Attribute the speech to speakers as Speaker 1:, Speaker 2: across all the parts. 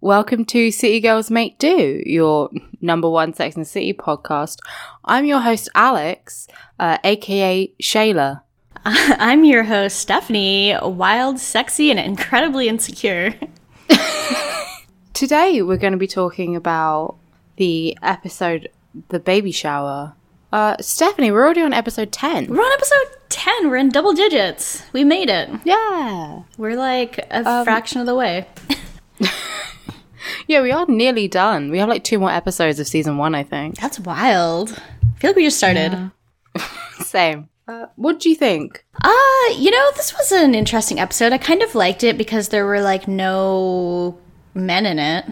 Speaker 1: welcome to City Girls Make Do, your number one Sex and the City podcast. I'm your host Alex, uh, aka Shayla.
Speaker 2: I'm your host, Stephanie, wild, sexy, and incredibly insecure.
Speaker 1: Today we're going to be talking about the episode The Baby Shower. Uh, Stephanie, we're already on episode 10.
Speaker 2: We're on episode 10. We're in double digits. We made it.
Speaker 1: Yeah.
Speaker 2: We're like a fraction of the way.
Speaker 1: Yeah, we are nearly done. We have like two more episodes of season one, I think.
Speaker 2: That's wild. I feel like we just started.
Speaker 1: Same. Uh, what do you think?
Speaker 2: Uh, you know, this was an interesting episode. I kind of liked it because there were like no men in it.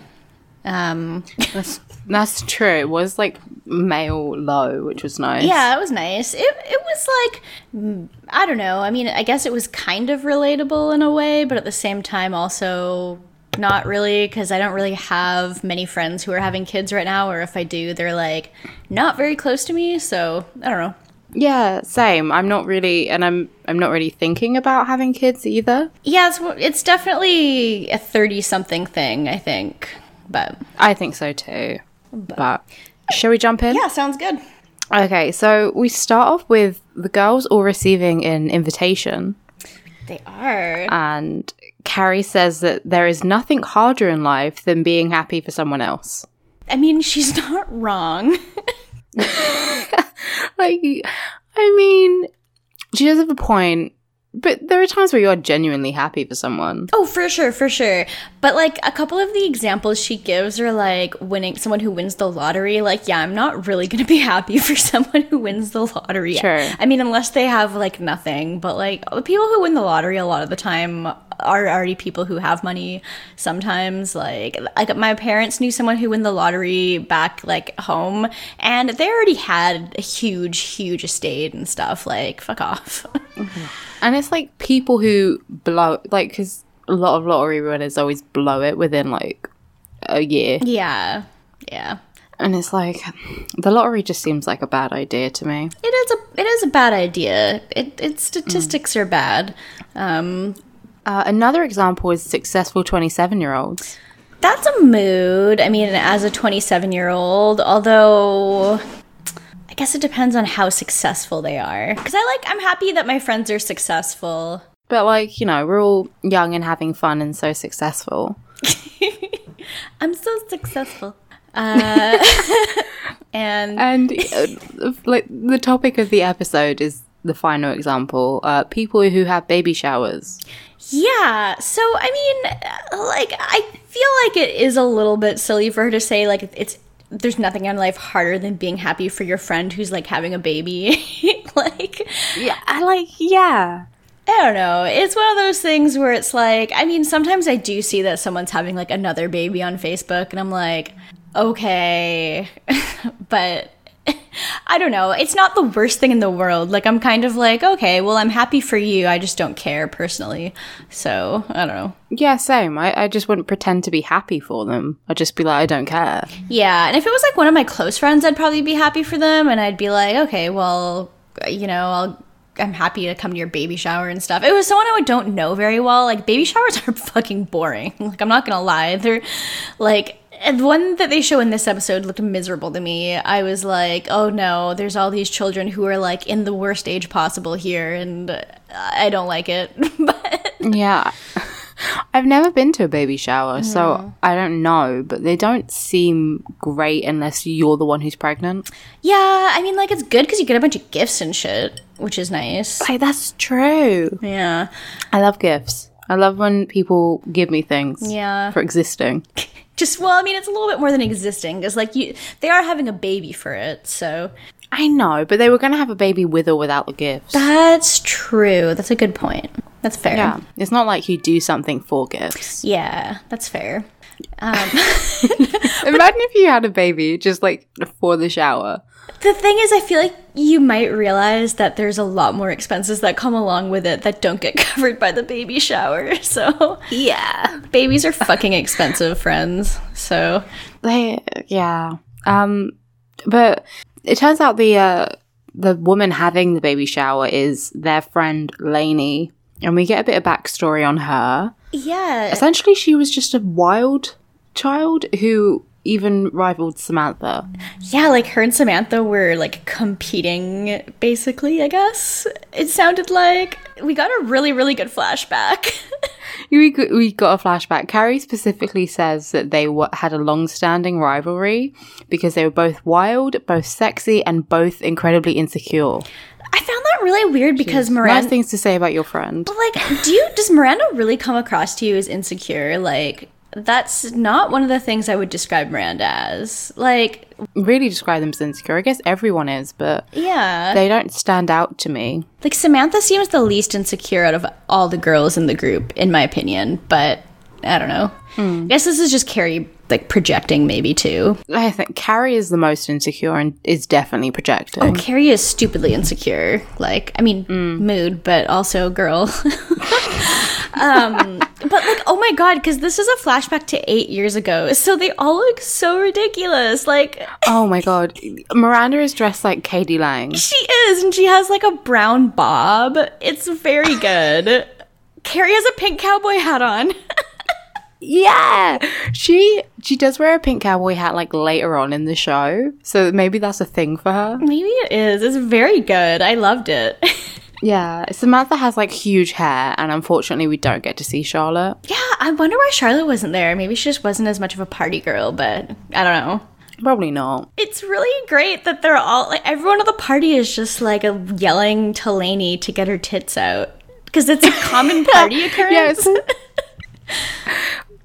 Speaker 2: Um,
Speaker 1: That's, that's true. It was like male low, which was nice.
Speaker 2: yeah, it was nice. It it was like mm, I don't know. I mean, I guess it was kind of relatable in a way, but at the same time also not really because I don't really have many friends who are having kids right now, or if I do, they're like not very close to me. So I don't know.
Speaker 1: Yeah, same. I'm not really, and I'm I'm not really thinking about having kids either.
Speaker 2: Yeah, it's it's definitely a thirty something thing. I think, but
Speaker 1: I think so too. But shall we jump in?
Speaker 2: yeah, sounds good.
Speaker 1: Okay, so we start off with the girls all receiving an invitation,
Speaker 2: They are.
Speaker 1: and Carrie says that there is nothing harder in life than being happy for someone else.
Speaker 2: I mean, she's not wrong.
Speaker 1: Like, I mean, she does have a point, but there are times where you are genuinely happy for someone.
Speaker 2: Oh, for sure, for sure. But like a couple of the examples she gives are like winning someone who wins the lottery. Like, yeah, I'm not really gonna be happy for someone who wins the lottery.
Speaker 1: Sure.
Speaker 2: I mean, unless they have like nothing. But like the people who win the lottery a lot of the time are already people who have money. Sometimes, like like my parents knew someone who won the lottery back like home, and they already had a huge, huge estate and stuff. Like, fuck off.
Speaker 1: And it's like people who blow, like, because a lot of lottery winners always blow it within like a year.
Speaker 2: yeah, yeah.
Speaker 1: And it's like, the lottery just seems like a bad idea to me.
Speaker 2: It is a it is a bad idea. It, it statistics are bad. Um,
Speaker 1: Uh, another example is successful 27 year olds.
Speaker 2: that's a mood. I mean, as a 27 year old, although I guess it depends on how successful they are. Because I like I'm happy that my friends are successful.
Speaker 1: But like, you know, we're all young and having fun and so successful.
Speaker 2: I'm so successful. Uh, and
Speaker 1: And uh, like, the topic of the episode is the final example uh, people who have baby showers.
Speaker 2: Yeah. So, I mean, uh, like, I feel like it is a little bit silly for her to say, like, it's, there's nothing in life harder than being happy for your friend who's, like, having a baby. like,
Speaker 1: Yeah, I like, yeah.
Speaker 2: I don't know. It's one of those things where it's like, I mean, sometimes I do see that someone's having, like, another baby on Facebook, and I'm like, okay. but. I don't know. It's not the worst thing in the world. Like, I'm kind of like, okay, well, I'm happy for you. I just don't care personally. So, I don't know.
Speaker 1: Yeah, same. I, I just wouldn't pretend to be happy for them. I'd just be like, I don't care.
Speaker 2: Yeah, and if it was like one of my close friends, I'd probably be happy for them, and I'd be like, okay, well, you know, I'll. I'm happy to come to your baby shower and stuff. It was someone I don't know very well. Like baby showers are fucking boring. Like I'm not gonna lie, they're like and the one that they show in this episode looked miserable to me. I was like, oh no, there's all these children who are like in the worst age possible here, and uh, I don't like it. but
Speaker 1: Yeah. I've never been to a baby shower, so I don't know, but they don't seem great unless you're the one who's pregnant.
Speaker 2: yeah, I mean, like it's good because you get a bunch of gifts and shit, which is nice.
Speaker 1: Like, that's true.
Speaker 2: Yeah.
Speaker 1: I love gifts. I love when people give me things
Speaker 2: Yeah.
Speaker 1: for existing.
Speaker 2: just well i mean it's a little bit more than existing because like you they are having a baby for it so
Speaker 1: I know, but they were going to have a baby with or without the gifts.
Speaker 2: that's true that's a good point that's fair
Speaker 1: yeah. It's not like you do something for gifts.
Speaker 2: Yeah, that's fair Um,
Speaker 1: Imagine if you had a baby just like for the shower.
Speaker 2: The thing is, I feel like you might realize that there's a lot more expenses that come along with it that don't get covered by the baby shower. So, yeah. Babies are fucking expensive, friends. So,
Speaker 1: They, yeah. Um, but it turns out the uh, the woman having the baby shower is their friend Lainey, and we get a bit of backstory on her.
Speaker 2: yeah.
Speaker 1: Essentially, she was just a wild child who even rivaled Samantha.
Speaker 2: Yeah, like her and Samantha were like competing, basically, I guess. It sounded like we got a really, really good flashback.
Speaker 1: We, g- we got a flashback. Carrie specifically says that they w- had a long standing rivalry because they were both wild, both sexy, and both incredibly insecure.
Speaker 2: I found that really weird because
Speaker 1: Nice
Speaker 2: Miranda.
Speaker 1: things to say about your friend.
Speaker 2: like do you does miranda really come across to you as insecure like that's not one of the things i would describe miranda as like
Speaker 1: Really describe them as insecure. I guess everyone is, but
Speaker 2: yeah
Speaker 1: they don't stand out to me.
Speaker 2: like samantha seems the least insecure out of all the girls in the group in my opinion but i don't know i guess this is just carrie like projecting maybe too
Speaker 1: I think Carrie is the most insecure and is definitely projecting.
Speaker 2: carrie is stupidly insecure like i mean mood but also girl But like, oh my god, because this is a flashback to eight years ago, so they all look so ridiculous. Like,
Speaker 1: Oh my god. Miranda is dressed like Katie Lang.
Speaker 2: She is, and she has like a brown bob. It's very good. Carrie has a pink cowboy hat on.
Speaker 1: Yeah. She she does wear a pink cowboy hat like later on in the show. So maybe that's a thing for her.
Speaker 2: Maybe it is. It's very good. I loved it.
Speaker 1: Yeah, Samantha has like huge hair, and unfortunately, we don't get to see Charlotte.
Speaker 2: yeah, I wonder why Charlotte wasn't there. Maybe she just wasn't as much of a party girl, but I don't know.
Speaker 1: Probably not.
Speaker 2: It's really great that they're all like everyone at the party is just like a yelling to Lainey to get her tits out because it's a common party occurrence.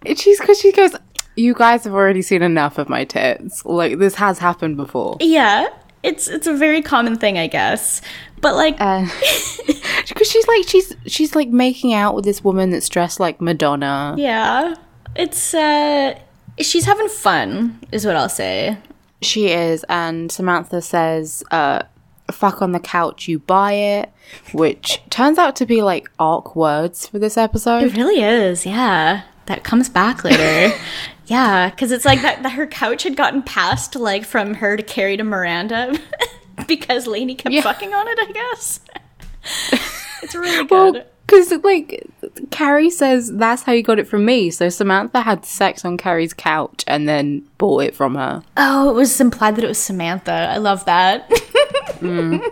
Speaker 1: It- she's because she goes, "You guys have already seen enough of my tits. Like this has happened before."
Speaker 2: Yeah, it's it's a very common thing, I guess. But like,
Speaker 1: Uh, Because she's like she's she's like making out with this woman that's dressed like Madonna.
Speaker 2: Yeah. It's uh she's having fun is what I'll say.
Speaker 1: She is, and Samantha says, uh, "Fuck on the couch, you buy it," which turns out to be like arc words for this episode.
Speaker 2: It really is. Yeah. That comes back later. yeah, cuz it's like that, that her couch had gotten passed like from her to carry to Miranda because Lainey kept fucking on it, I guess. it's really
Speaker 1: Well,
Speaker 2: good.
Speaker 1: because like Carrie says, that's how you got it from me. So Samantha had sex on Carrie's couch and then bought it from her.
Speaker 2: Oh, it was implied that it was Samantha. I love that. Mm.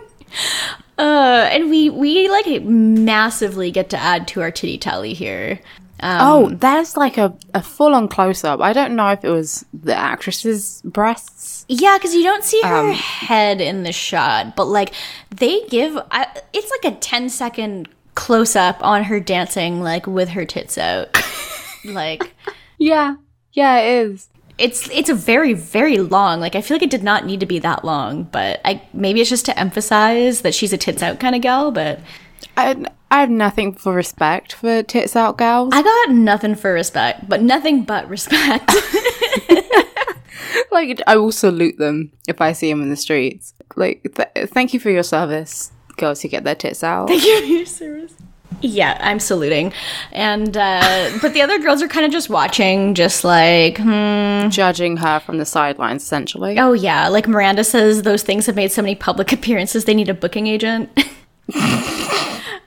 Speaker 2: Uh, and we we like massively get to add to our titty tally here.
Speaker 1: oh, there's like a, a full on close up. I don't know if it was the actress's breasts.
Speaker 2: Yeah, because you don't see her head in the shot, but like they give I, it's like a 10 second close up on her dancing, like with her tits out. like
Speaker 1: Yeah, yeah, it is.
Speaker 2: it's it's a very very long. Like I feel like it did not need to be that long, but I maybe it's just to emphasize that she's a tits out kind of gal. But
Speaker 1: I, I have nothing for respect for tits out gals.
Speaker 2: I got nothing for respect, but nothing but respect.
Speaker 1: like, I will salute them if I see them in the streets. Like, th- thank you for your service, girls who get their tits out.
Speaker 2: yeah, I'm saluting, and uh, but the other girls are kind of just watching, just like hmm,
Speaker 1: Judging her from the sidelines, essentially.
Speaker 2: Oh yeah, like Miranda says, those things have made so many public appearances. They need a booking agent.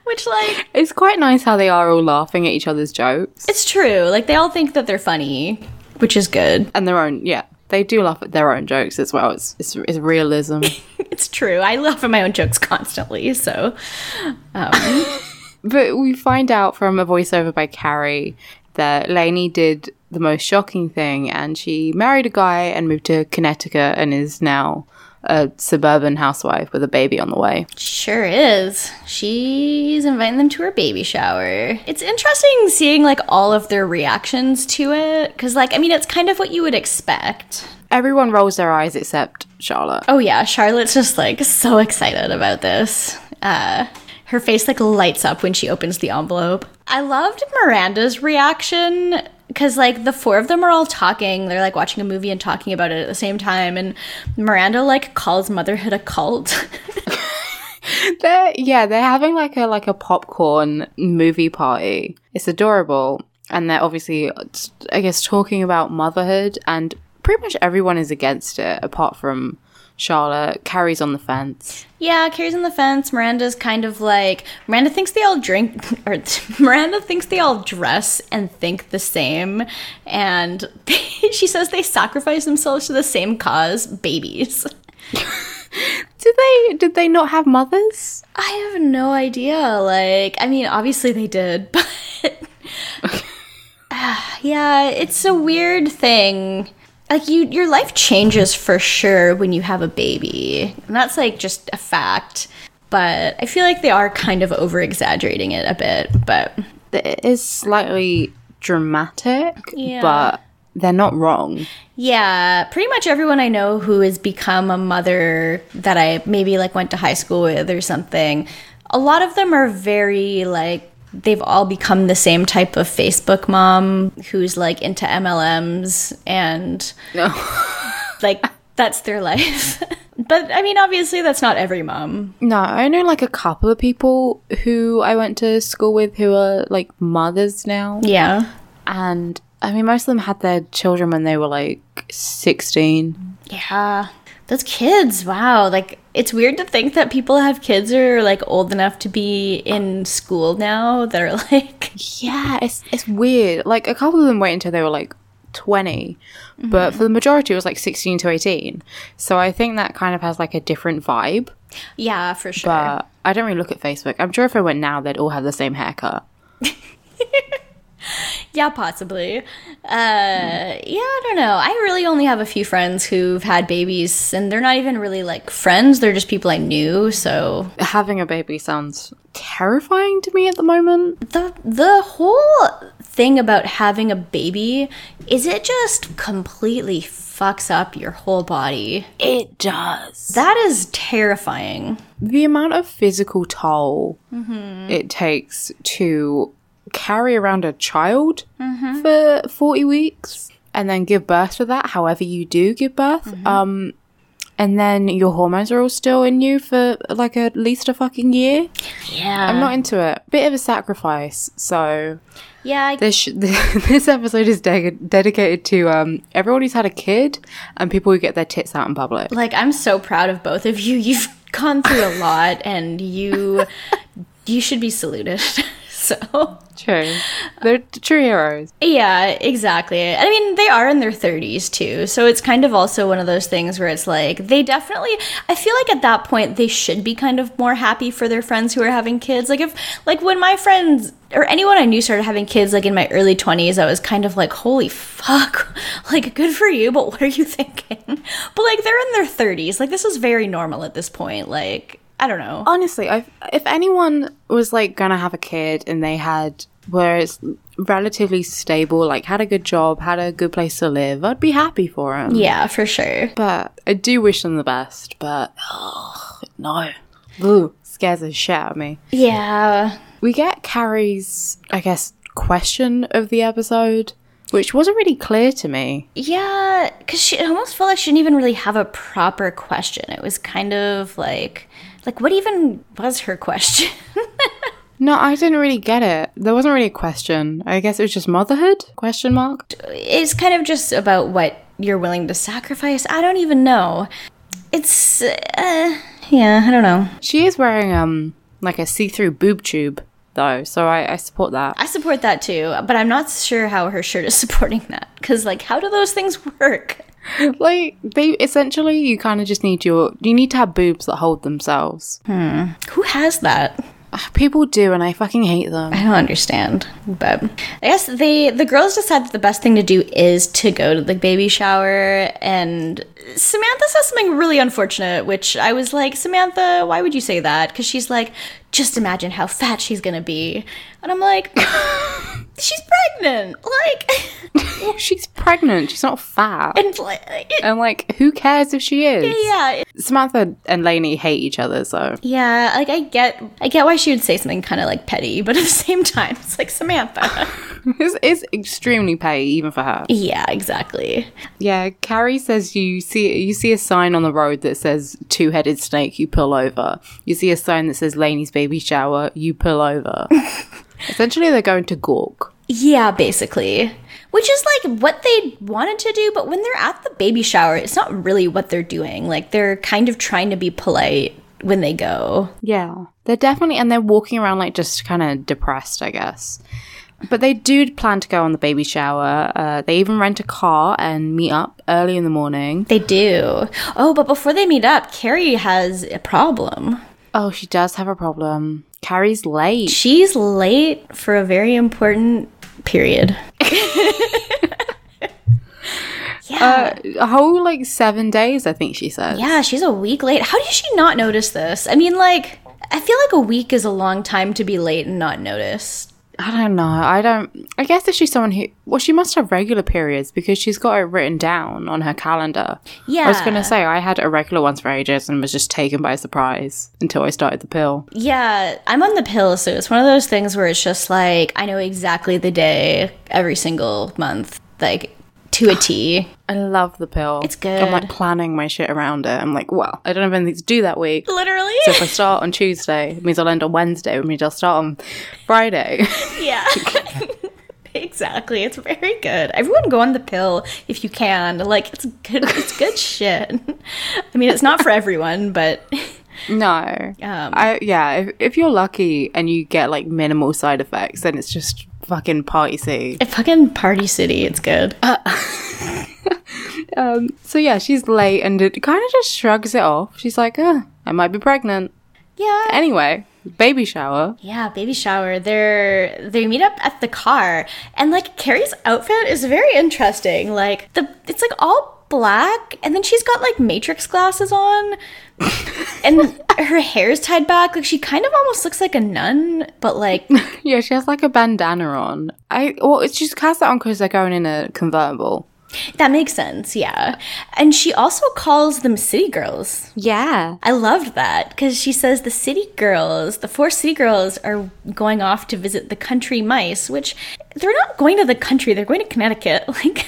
Speaker 2: Which, like,
Speaker 1: It's quite nice how they are all laughing at each other's jokes
Speaker 2: it's true. Like, they all think that they're funny, which is good.
Speaker 1: and their own. Yeah, they do laugh at their own jokes as well. It's it's, it's realism.
Speaker 2: It's true. I laugh at my own jokes constantly. So,
Speaker 1: but we find out from a voiceover by Carrie that Lainey did the most shocking thing, and she married a guy and moved to Connecticut and is now a suburban housewife with a baby on the way.
Speaker 2: sure is. She's inviting them to her baby shower. It's interesting seeing, like, all of their reactions to it. Cause, like, I mean, it's kind of what you would expect.
Speaker 1: Everyone rolls their eyes except Charlotte.
Speaker 2: Oh yeah, Charlotte's just like so excited about this. Uh, her face like lights up when she opens the envelope. I loved Miranda's reaction because like the four of them are all talking they're like watching a movie and talking about it at the same time and miranda like calls motherhood a cult
Speaker 1: They're yeah, they're having like a like a popcorn movie party. It's adorable, and they're obviously, I guess, talking about motherhood, and pretty much everyone is against it apart from Charlotte. Carrie's on the fence.
Speaker 2: yeah carrie's on the fence miranda's kind of like miranda thinks they all drink or miranda thinks they all dress and think the same and she says they sacrifice themselves to the same cause babies
Speaker 1: Did they did they not have mothers?
Speaker 2: i have no idea like i mean obviously they did but uh, Yeah, it's a weird thing. Like you your life changes for sure when you have a baby. And that's like just a fact. But I feel like they are kind of over exaggerating it a bit, but
Speaker 1: It is slightly dramatic, but they're not wrong.
Speaker 2: yeah, pretty much everyone I know who has become a mother that I maybe like went to high school with or something, a lot of them are very like they've all become the same type of Facebook mom who's like into MLMs and
Speaker 1: No.
Speaker 2: like that's their life. but I mean, obviously, that's not every mom.
Speaker 1: No, I know like a couple of people who I went to school with who are like mothers now.
Speaker 2: Yeah.
Speaker 1: and I mean, most of them had their children when they were like 16.
Speaker 2: Yeah. Those kids, wow. Like, it's weird to think that people have kids who are like old enough to be in school now that are like,
Speaker 1: Yeah, it's, it's weird. Like, a couple of them waited until they were like 20, but for the majority, it was like 16 to 18. So I think that kind of has like a different vibe.
Speaker 2: yeah, for sure.
Speaker 1: But I don't really look at Facebook. I'm sure if I went now, they'd all have the same haircut.
Speaker 2: Yeah, possibly. Uh, Yeah, I don't know. I really only have a few friends who've had babies, and they're not even really like friends. They're just people I knew. So
Speaker 1: Having a baby sounds terrifying to me at the moment.
Speaker 2: the the whole thing about having a baby is it just completely fucks up your whole body.
Speaker 1: It does.
Speaker 2: That is terrifying.
Speaker 1: the amount of physical toll it takes to carry around a child for 40 weeks and then give birth to that however you do give birth um and then your hormones are all still in you for like at least a fucking year
Speaker 2: Yeah.
Speaker 1: i'm not into it bit of a sacrifice so
Speaker 2: yeah, I,
Speaker 1: this sh- this episode is de- dedicated to um everyone who's had a kid and people who get their tits out in public
Speaker 2: like I'm so proud of both of you. You've gone through a lot and you you should be saluted. so
Speaker 1: true they're t- true heroes
Speaker 2: Yeah, exactly. I mean, they are in their 30s too. So it's kind of also one of those things where it's like they definitely I feel like at that point they should be kind of more happy for their friends who are having kids. Like if like when my friends or anyone I knew started having kids like in my early 20s, I was kind of like, "Holy fuck. Like good for you, but what are you thinking?" But like they're in their 30s. Like this is very normal at this point. Like I don't know.
Speaker 1: honestly, i if anyone was like gonna have a kid and they had where it's relatively stable, like had a good job, had a good place to live, I'd be happy for them.
Speaker 2: Yeah, for sure.
Speaker 1: But I do wish them the best. But oh no, Ooh, scares the shit out of me.
Speaker 2: Yeah.
Speaker 1: We get Carrie's, I guess, question of the episode, which wasn't really clear to me.
Speaker 2: Yeah, because she it almost felt like she didn't even really have a proper question. It was kind of like, like what even was her question?
Speaker 1: No, I didn't really get it. There wasn't really a question. I guess it was just motherhood? Question mark.
Speaker 2: it's kind of just about what you're willing to sacrifice. I don't even know. It's, uh, yeah, I don't know.
Speaker 1: She is wearing um like a see-through boob tube though, so I, I support that.
Speaker 2: I support that too, but I'm not sure how her shirt is supporting that. Because like, how do those things work?
Speaker 1: Like they essentially, you kind of just need your you need to have boobs that hold themselves.
Speaker 2: Who has that?
Speaker 1: People do, and I fucking hate them.
Speaker 2: I don't understand, but I guess they the girls decide that the best thing to do is to go to the baby shower, and Samantha says something really unfortunate, which I was like, Samantha, why would you say that? Because she's like, just imagine how fat she's gonna be. And I'm like, she's pregnant. Like,
Speaker 1: She's pregnant. She's not fat.
Speaker 2: and like, it-
Speaker 1: And like, who cares if she is?
Speaker 2: yeah, it-
Speaker 1: Samantha and Lainey hate each other, so
Speaker 2: yeah. Like, I get, I get why she would say something kind of like petty, but at the same time, it's like Samantha.
Speaker 1: it's, it's extremely petty even for her.
Speaker 2: yeah, exactly.
Speaker 1: Yeah, Carrie says you see you see a sign on the road that says two headed snake, you pull over. You see a sign that says Laney's baby shower, you pull over. Essentially, they're going to Gork.
Speaker 2: Yeah, basically. Which is like what they wanted to do, but when they're at the baby shower, it's not really what they're doing. Like they're kind of trying to be polite when they go.
Speaker 1: Yeah, they're definitely and they're walking around like just kind of depressed, I guess. But they do plan to go on the baby shower. Uh, they even rent a car and meet up early in the morning.
Speaker 2: They do. Oh, but before they meet up, Carrie has a problem.
Speaker 1: Oh, she does have a problem. Carrie's late.
Speaker 2: She's late for a very important period. yeah.
Speaker 1: a whole like seven days, I think she said.
Speaker 2: yeah, she's a week late. How did she not notice this? I mean, like, I feel like a week is a long time to be late and not notice.
Speaker 1: I don't know. I don't. I guess if she's someone who, well, she must have regular periods because she's got it written down on her calendar. I was
Speaker 2: Yeah.
Speaker 1: gonna say I had irregular ones for ages and was just taken by surprise until I started the pill.
Speaker 2: Yeah, I'm on the pill, so it's one of those things where it's just like I know exactly the day every single month, like to a T.
Speaker 1: I love the pill.
Speaker 2: It's
Speaker 1: I'm like
Speaker 2: good.
Speaker 1: planning my shit around it. I'm like, well, I don't have anything to do that week.
Speaker 2: Literally.
Speaker 1: So if I start on Tuesday, it means I'll end on Wednesday, which means I'll start on Friday.
Speaker 2: yeah. exactly. It's very good. Everyone go on the pill if you can. Like it's good. It's good shit. I mean, it's not for everyone, but
Speaker 1: No.
Speaker 2: Um.
Speaker 1: I yeah, if, if you're lucky and you get like minimal side effects, then it's just fucking party city.
Speaker 2: fucking party city. It's good.
Speaker 1: Uh, Um, So yeah, she's late and it kind of just shrugs it off. She's like, "Uh, I might be pregnant."
Speaker 2: yeah.
Speaker 1: Anyway, baby shower.
Speaker 2: Yeah, baby shower. They're they meet up at the car, and like Carrie's outfit is very interesting. Like the it's like all black, and then she's got like matrix glasses on, and her hair's tied back. Like she kind of almost looks like a nun, but like
Speaker 1: Yeah, she has like a bandana on. I well, it's just cast that on because they're going in a convertible.
Speaker 2: that makes sense. Yeah, and she also calls them city girls.
Speaker 1: Yeah.
Speaker 2: I loved that because she says the city girls, the four city girls, are going off to visit the country mice, which they're not going to the country; they're going to Connecticut. Like,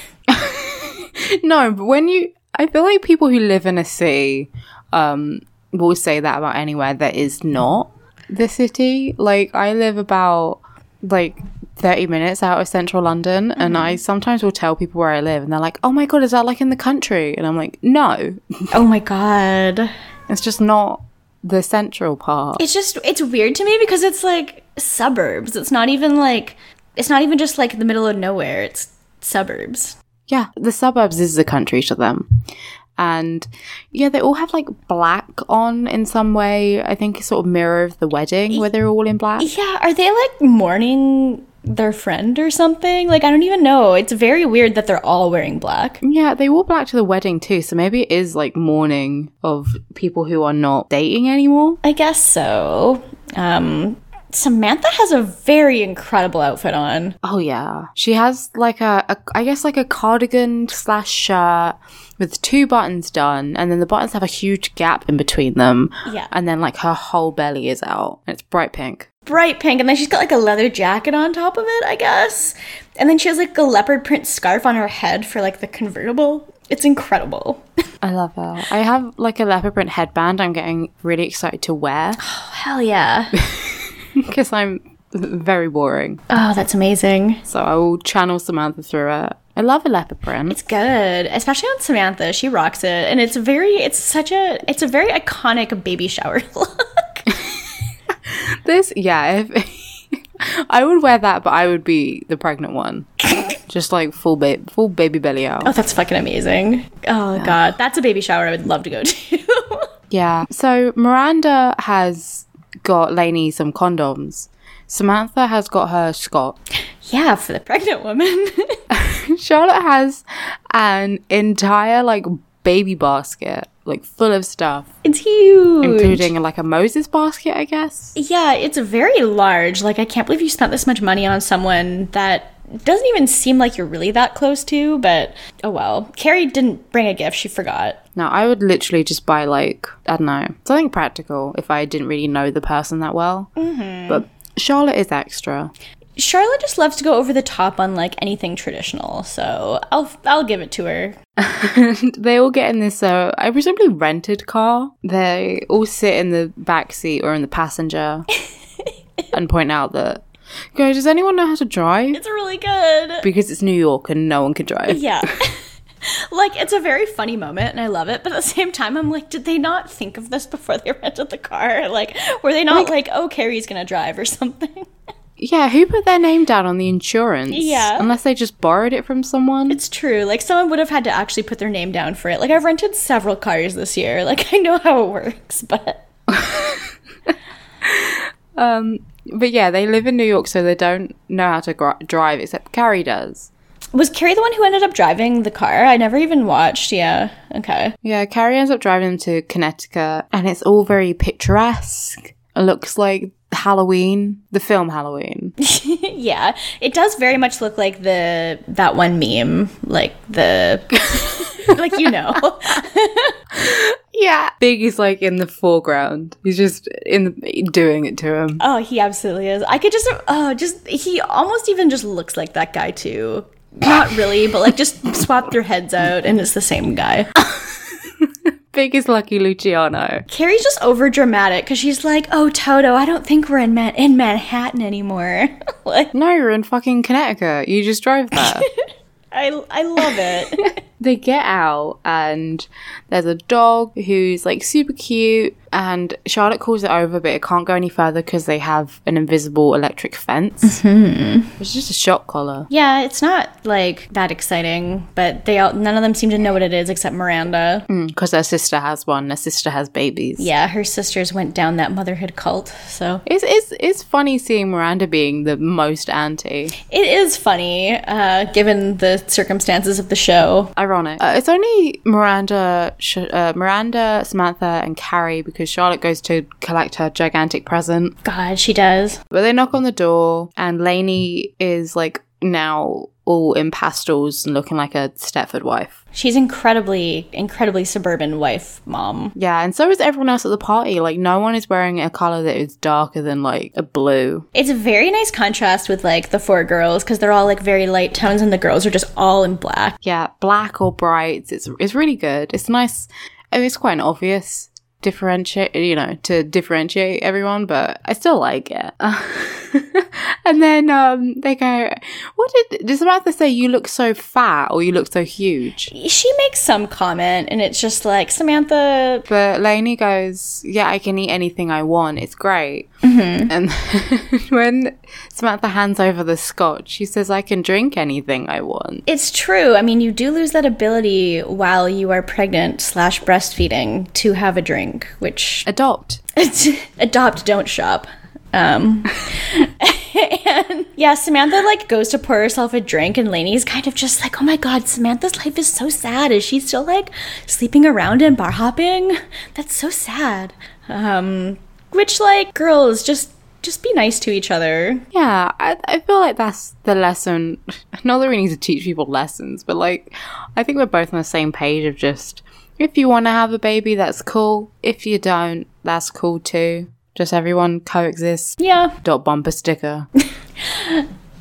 Speaker 1: No, but when you, I feel like people who live in a city, um, will say that about anywhere that is not the city. Like I live about like thirty minutes out of central London, and I sometimes will tell people where I live, and they're like, "Oh my god, is that like in the country?" And I'm like, "No,
Speaker 2: oh my god,
Speaker 1: it's just not the central part."
Speaker 2: it's just it's weird to me because it's like suburbs. It's not even like it's not even just like the middle of nowhere. It's suburbs.
Speaker 1: yeah, the suburbs is the country to them. And yeah, they all have like black on in some way. I think it's sort of mirror of the wedding where they're all in black.
Speaker 2: Yeah, are they like mourning their friend or something? Like, I don't even know. It's very weird that they're all wearing black.
Speaker 1: Yeah, they wore black to the wedding too, so maybe it is like mourning of people who are not dating anymore.
Speaker 2: I guess so. Um, Samantha has a very incredible outfit on.
Speaker 1: Oh yeah, she has like a, a I guess like a cardigan slash shirt with two buttons done, and then the buttons have a huge gap in between them.
Speaker 2: Yeah.
Speaker 1: and then like her whole belly is out, and it's bright pink.
Speaker 2: Bright pink, and then she's got like a leather jacket on top of it, I guess. And then she has like a leopard print scarf on her head for like the convertible. It's incredible.
Speaker 1: I love her. I have like a leopard print headband. I'm getting really excited to wear
Speaker 2: Hell yeah.
Speaker 1: because I'm very boring.
Speaker 2: Oh, that's amazing.
Speaker 1: So I will channel Samantha through it. I love a leopard print.
Speaker 2: It's good, especially on Samantha. She rocks it, and it's very, it's such a, it's a very iconic baby shower look.
Speaker 1: This, yeah. If, I would wear that, but I would be the pregnant one, just like full ba- full baby belly out.
Speaker 2: Oh, that's fucking amazing. Oh god, that's a baby shower I would love to go to.
Speaker 1: Yeah. So Miranda has got Lainey some condoms. Samantha has got her Scott.
Speaker 2: yeah, for the pregnant woman.
Speaker 1: Charlotte has an entire like baby basket, like full of stuff,
Speaker 2: It's huge.
Speaker 1: including like a Moses basket, I guess.
Speaker 2: Yeah, it's very large. Like, I can't believe you spent this much money on someone that doesn't even seem like you're really that close to, but oh well. Carrie didn't bring a gift, she forgot.
Speaker 1: Now, I would literally just buy like, I don't know, something practical if I didn't really know the person that well. Mm-hmm. But Charlotte is extra.
Speaker 2: Charlotte just loves to go over the top on like anything traditional, so I'll I'll give it to her.
Speaker 1: And they all get in this, uh, I presumably rented car. They all sit in the back seat or in the passenger and point out that, go, does anyone know how to drive?
Speaker 2: It's really good.
Speaker 1: Because it's New York and no one can drive.
Speaker 2: Yeah. like it's a very funny moment and I love it, but at the same time I'm like, did they not think of this before they rented the car? Like were they not like, oh Carrie's gonna drive or something?
Speaker 1: Yeah, who put their name down on the insurance?
Speaker 2: Yeah.
Speaker 1: Unless they just borrowed it from someone.
Speaker 2: It's true. Like someone would have had to actually put their name down for it. Like I've rented several cars this year. Like I know how it works, but
Speaker 1: But yeah, they live in New York, so they don't know how to gr- drive, except Carrie does.
Speaker 2: was Carrie the one who ended up driving the car? I never even watched. Yeah. Okay.
Speaker 1: Yeah, Carrie ends up driving them to Connecticut, and it's all very picturesque. It looks like Halloween, the film Halloween.
Speaker 2: Yeah. It does very much look like the that one meme, like the like you know.
Speaker 1: yeah. Big is like in the foreground. He's just in the, doing it to him.
Speaker 2: Oh, he absolutely is. I could just oh, just he almost even just looks like that guy too. Not really, but like just swap their heads out and it's the same guy.
Speaker 1: Big is lucky Luciano.
Speaker 2: Carrie's just over dramatic because she's like, "Oh, Toto, I don't think we're in Man- in Manhattan anymore." like,
Speaker 1: No, you're in fucking Connecticut. You just drive there.
Speaker 2: I I love it.
Speaker 1: they get out and there's a dog who's like super cute and charlotte calls it over but it can't go any further because they have an invisible electric fence it's just a shock collar
Speaker 2: yeah, it's not like that exciting, but they all none of them seem to know what it is except Miranda.
Speaker 1: because her sister has one her sister has babies
Speaker 2: Yeah, her sisters went down that motherhood cult, so
Speaker 1: it's, it's, it's funny seeing miranda being the most anti
Speaker 2: it is funny uh, given the circumstances of the show.
Speaker 1: ironic uh, it's only miranda Sh- uh, miranda samantha and carrie because charlotte goes to collect her gigantic present
Speaker 2: God, she does.
Speaker 1: But they knock on the door, and Lainey is like now all in pastels and looking like a Stepford wife.
Speaker 2: She's incredibly, incredibly suburban wife mom.
Speaker 1: Yeah, and so is everyone else at the party. Like, no one is wearing a color that is darker than like a blue.
Speaker 2: It's a very nice contrast with like the four girls because they're all like very light tones and the girls are just all in black.
Speaker 1: Yeah, black or brights. It's it's really good. It's nice. I mean, it's quite an obvious differentiate, you know, to differentiate everyone, but I still like it. and then um, they go, "What did did Samantha say? You look so fat, or you look so huge?"
Speaker 2: She makes some comment and it's just like, Samantha,
Speaker 1: But Lainey goes, Yeah, I can eat anything I want. It's great. And when Samantha hands over the scotch, she says, I can drink anything I want.
Speaker 2: it's true. I mean, you do lose that ability while you are pregnant slash breastfeeding to have a drink, which
Speaker 1: Adopt.
Speaker 2: adopt, don't shop. Um, and yeah, Samantha like goes to pour herself a drink, and Lainey's kind of just like, "Oh my god, Samantha's life is so sad. Is she still like sleeping around and bar hopping? That's so sad." Um, which like, girls, just just be nice to each other.
Speaker 1: Yeah, I, I feel like that's the lesson. Not that we need to teach people lessons, but like, I think we're both on the same page of just if you want to have a baby, that's cool. If you don't, that's cool too. Just everyone coexist.
Speaker 2: Yeah.
Speaker 1: Dot bumper sticker.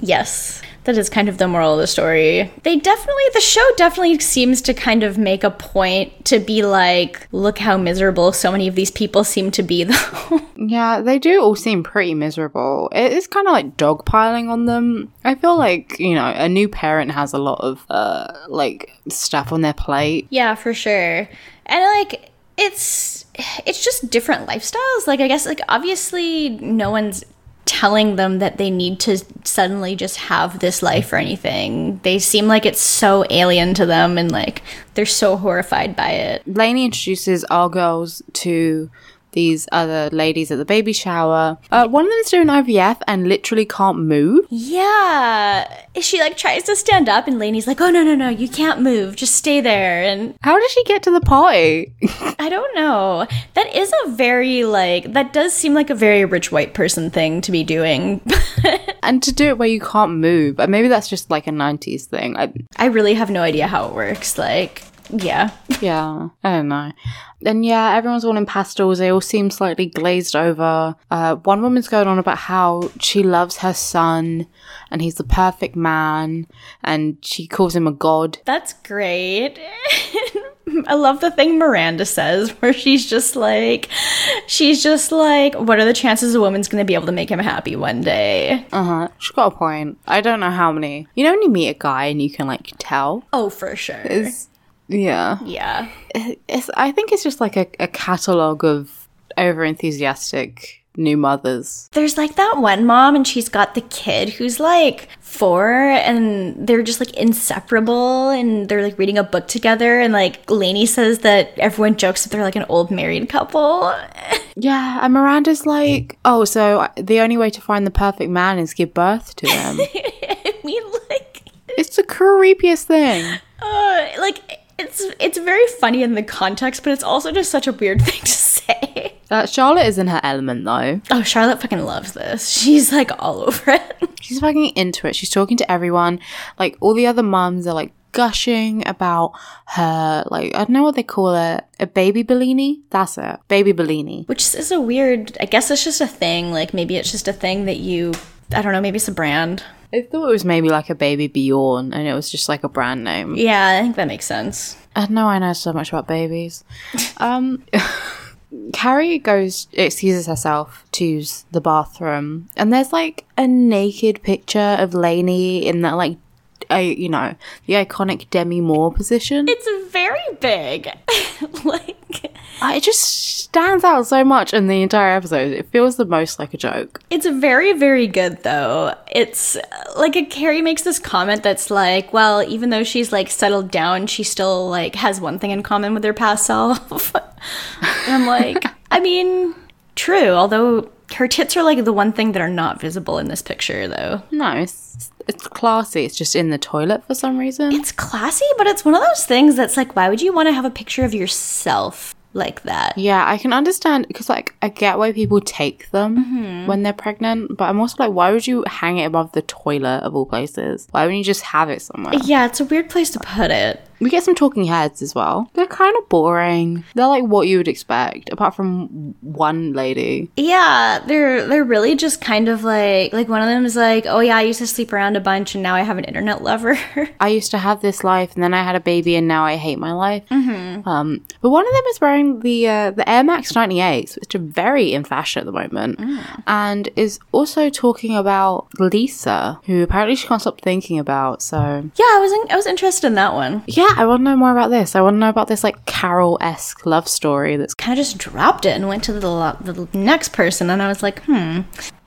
Speaker 2: Yes. That is kind of the moral of the story. They definitely, the show definitely seems to kind of make a point to be like, look how miserable so many of these people seem to be, though.
Speaker 1: Yeah, they do all seem pretty miserable. It is kind of like dogpiling on them. I feel like, you know, a new parent has a lot of, uh, like, stuff on their plate.
Speaker 2: Yeah, for sure. And like it's it's just different lifestyles. Like I guess like obviously no one's telling them that they need to suddenly just have this life or anything. They seem like it's so alien to them and like they're so horrified by it.
Speaker 1: Lainey introduces our girls to these other ladies at the baby shower. Uh, one of them is doing IVF and literally can't move.
Speaker 2: Yeah. She like tries to stand up and Lainey's like, "Oh no, no, no, you can't move. Just stay there." And
Speaker 1: How does she get to the party?
Speaker 2: I don't know. That is a very like that does seem like a very rich white person thing to be doing.
Speaker 1: and to do it where you can't move. Uh, Maybe that's just like a 90s thing. I,
Speaker 2: I really have no idea how it works. Like, yeah.
Speaker 1: Yeah, I don't know. And yeah, everyone's all in pastels. They all seem slightly glazed over. Uh, one woman's going on about how she loves her son and he's the perfect man and she calls him a god.
Speaker 2: That's great. I love the thing Miranda says where she's just like she's just like what are the chances a woman's going to be able to make him happy one day?
Speaker 1: Uh huh. She's got a point. I don't know how many. You know, when you meet a guy and you can like tell.
Speaker 2: Oh, for sure.
Speaker 1: It's, yeah.
Speaker 2: yeah.
Speaker 1: It's, I think it's just like a, a catalogue of over enthusiastic new mothers.
Speaker 2: There's like that one mom, and she's got the kid who's like four, and they're just like inseparable, and they're like reading a book together. And like Lainey says that everyone jokes that they're like an old married couple.
Speaker 1: Yeah, and Miranda's like, oh, so the only way to find the perfect man is give birth to him.
Speaker 2: I mean, like,
Speaker 1: it's the creepiest thing.
Speaker 2: uh, like it's it's very funny in the context, but it's also just such a weird thing to say.
Speaker 1: Uh, Charlotte is in her element though.
Speaker 2: Oh, Charlotte fucking loves this. She's like all over it.
Speaker 1: She's fucking into it. She's talking to everyone. Like all the other mums are like gushing about her, like I don't know what they call it, a baby Bellini. That's it, baby Bellini.
Speaker 2: Which is a weird. I guess it's just a thing. Like maybe it's just a thing that you. I don't know. Maybe it's a brand.
Speaker 1: I thought it was maybe like a baby Bjorn, and it was just like a brand name.
Speaker 2: Yeah, I think that makes sense.
Speaker 1: I know Uh, I know so much about babies. Um, Carrie goes, excuses herself to use the bathroom, and there's like a naked picture of Lainey in that, like, I, you know, the iconic Demi Moore position. It,
Speaker 2: It's very big. like
Speaker 1: it just stands out so much in the entire episode. It feels the most like a joke.
Speaker 2: it's very very good though. It's uh, like a Carrie makes this comment that's like, well, even though she's like settled down, she still like has one thing in common with her past self. and I'm like, I mean, true, although her tits are like the one thing that are not visible in this picture though.
Speaker 1: No, it's, it's classy. It's just in the toilet for some reason.
Speaker 2: It's classy, but it's one of those things that's like why would you want to have a picture of yourself like that?
Speaker 1: Yeah, I can understand because like I get why people take them when they're pregnant, but I'm also like, why would you hang it above the toilet of all places? Why wouldn't you just have it somewhere?
Speaker 2: Yeah, it's a weird place to put it.
Speaker 1: We get some talking heads as well. They're kind of boring. They're like what you would expect, apart from one lady.
Speaker 2: Yeah, they're they're really just kind of like like one of them is like, "Oh yeah, I used to sleep around a bunch and now I have an internet lover."
Speaker 1: I used to have this life, and then I had a baby, and now I hate my life. Mm-hmm. Um, but one of them is wearing the uh, the Air Max 98s, which are very in fashion at the moment, and is also talking about Lisa, who apparently she can't stop thinking about. So
Speaker 2: yeah, I was in, I was interested in that one.
Speaker 1: yeah, I want to know more about this. I want to know about this like Carol esque love story. That's
Speaker 2: Kind of just dropped it and went to the lo- the next person and I was like, "Hmm."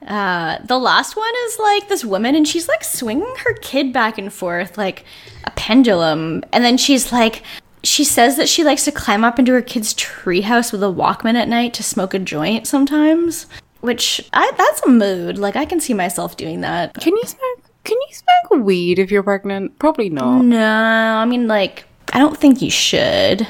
Speaker 2: Uh, the last one is like this woman and she's like swinging her kid back and forth like a pendulum and then she's like she says that she likes to climb up into her kid's treehouse with a Walkman at night to smoke a joint sometimes, which I that's a mood. Like I can see myself doing that.
Speaker 1: can you smoke? Can you smoke weed if you're pregnant? Probably not.
Speaker 2: No, I mean, like, I don't think you should.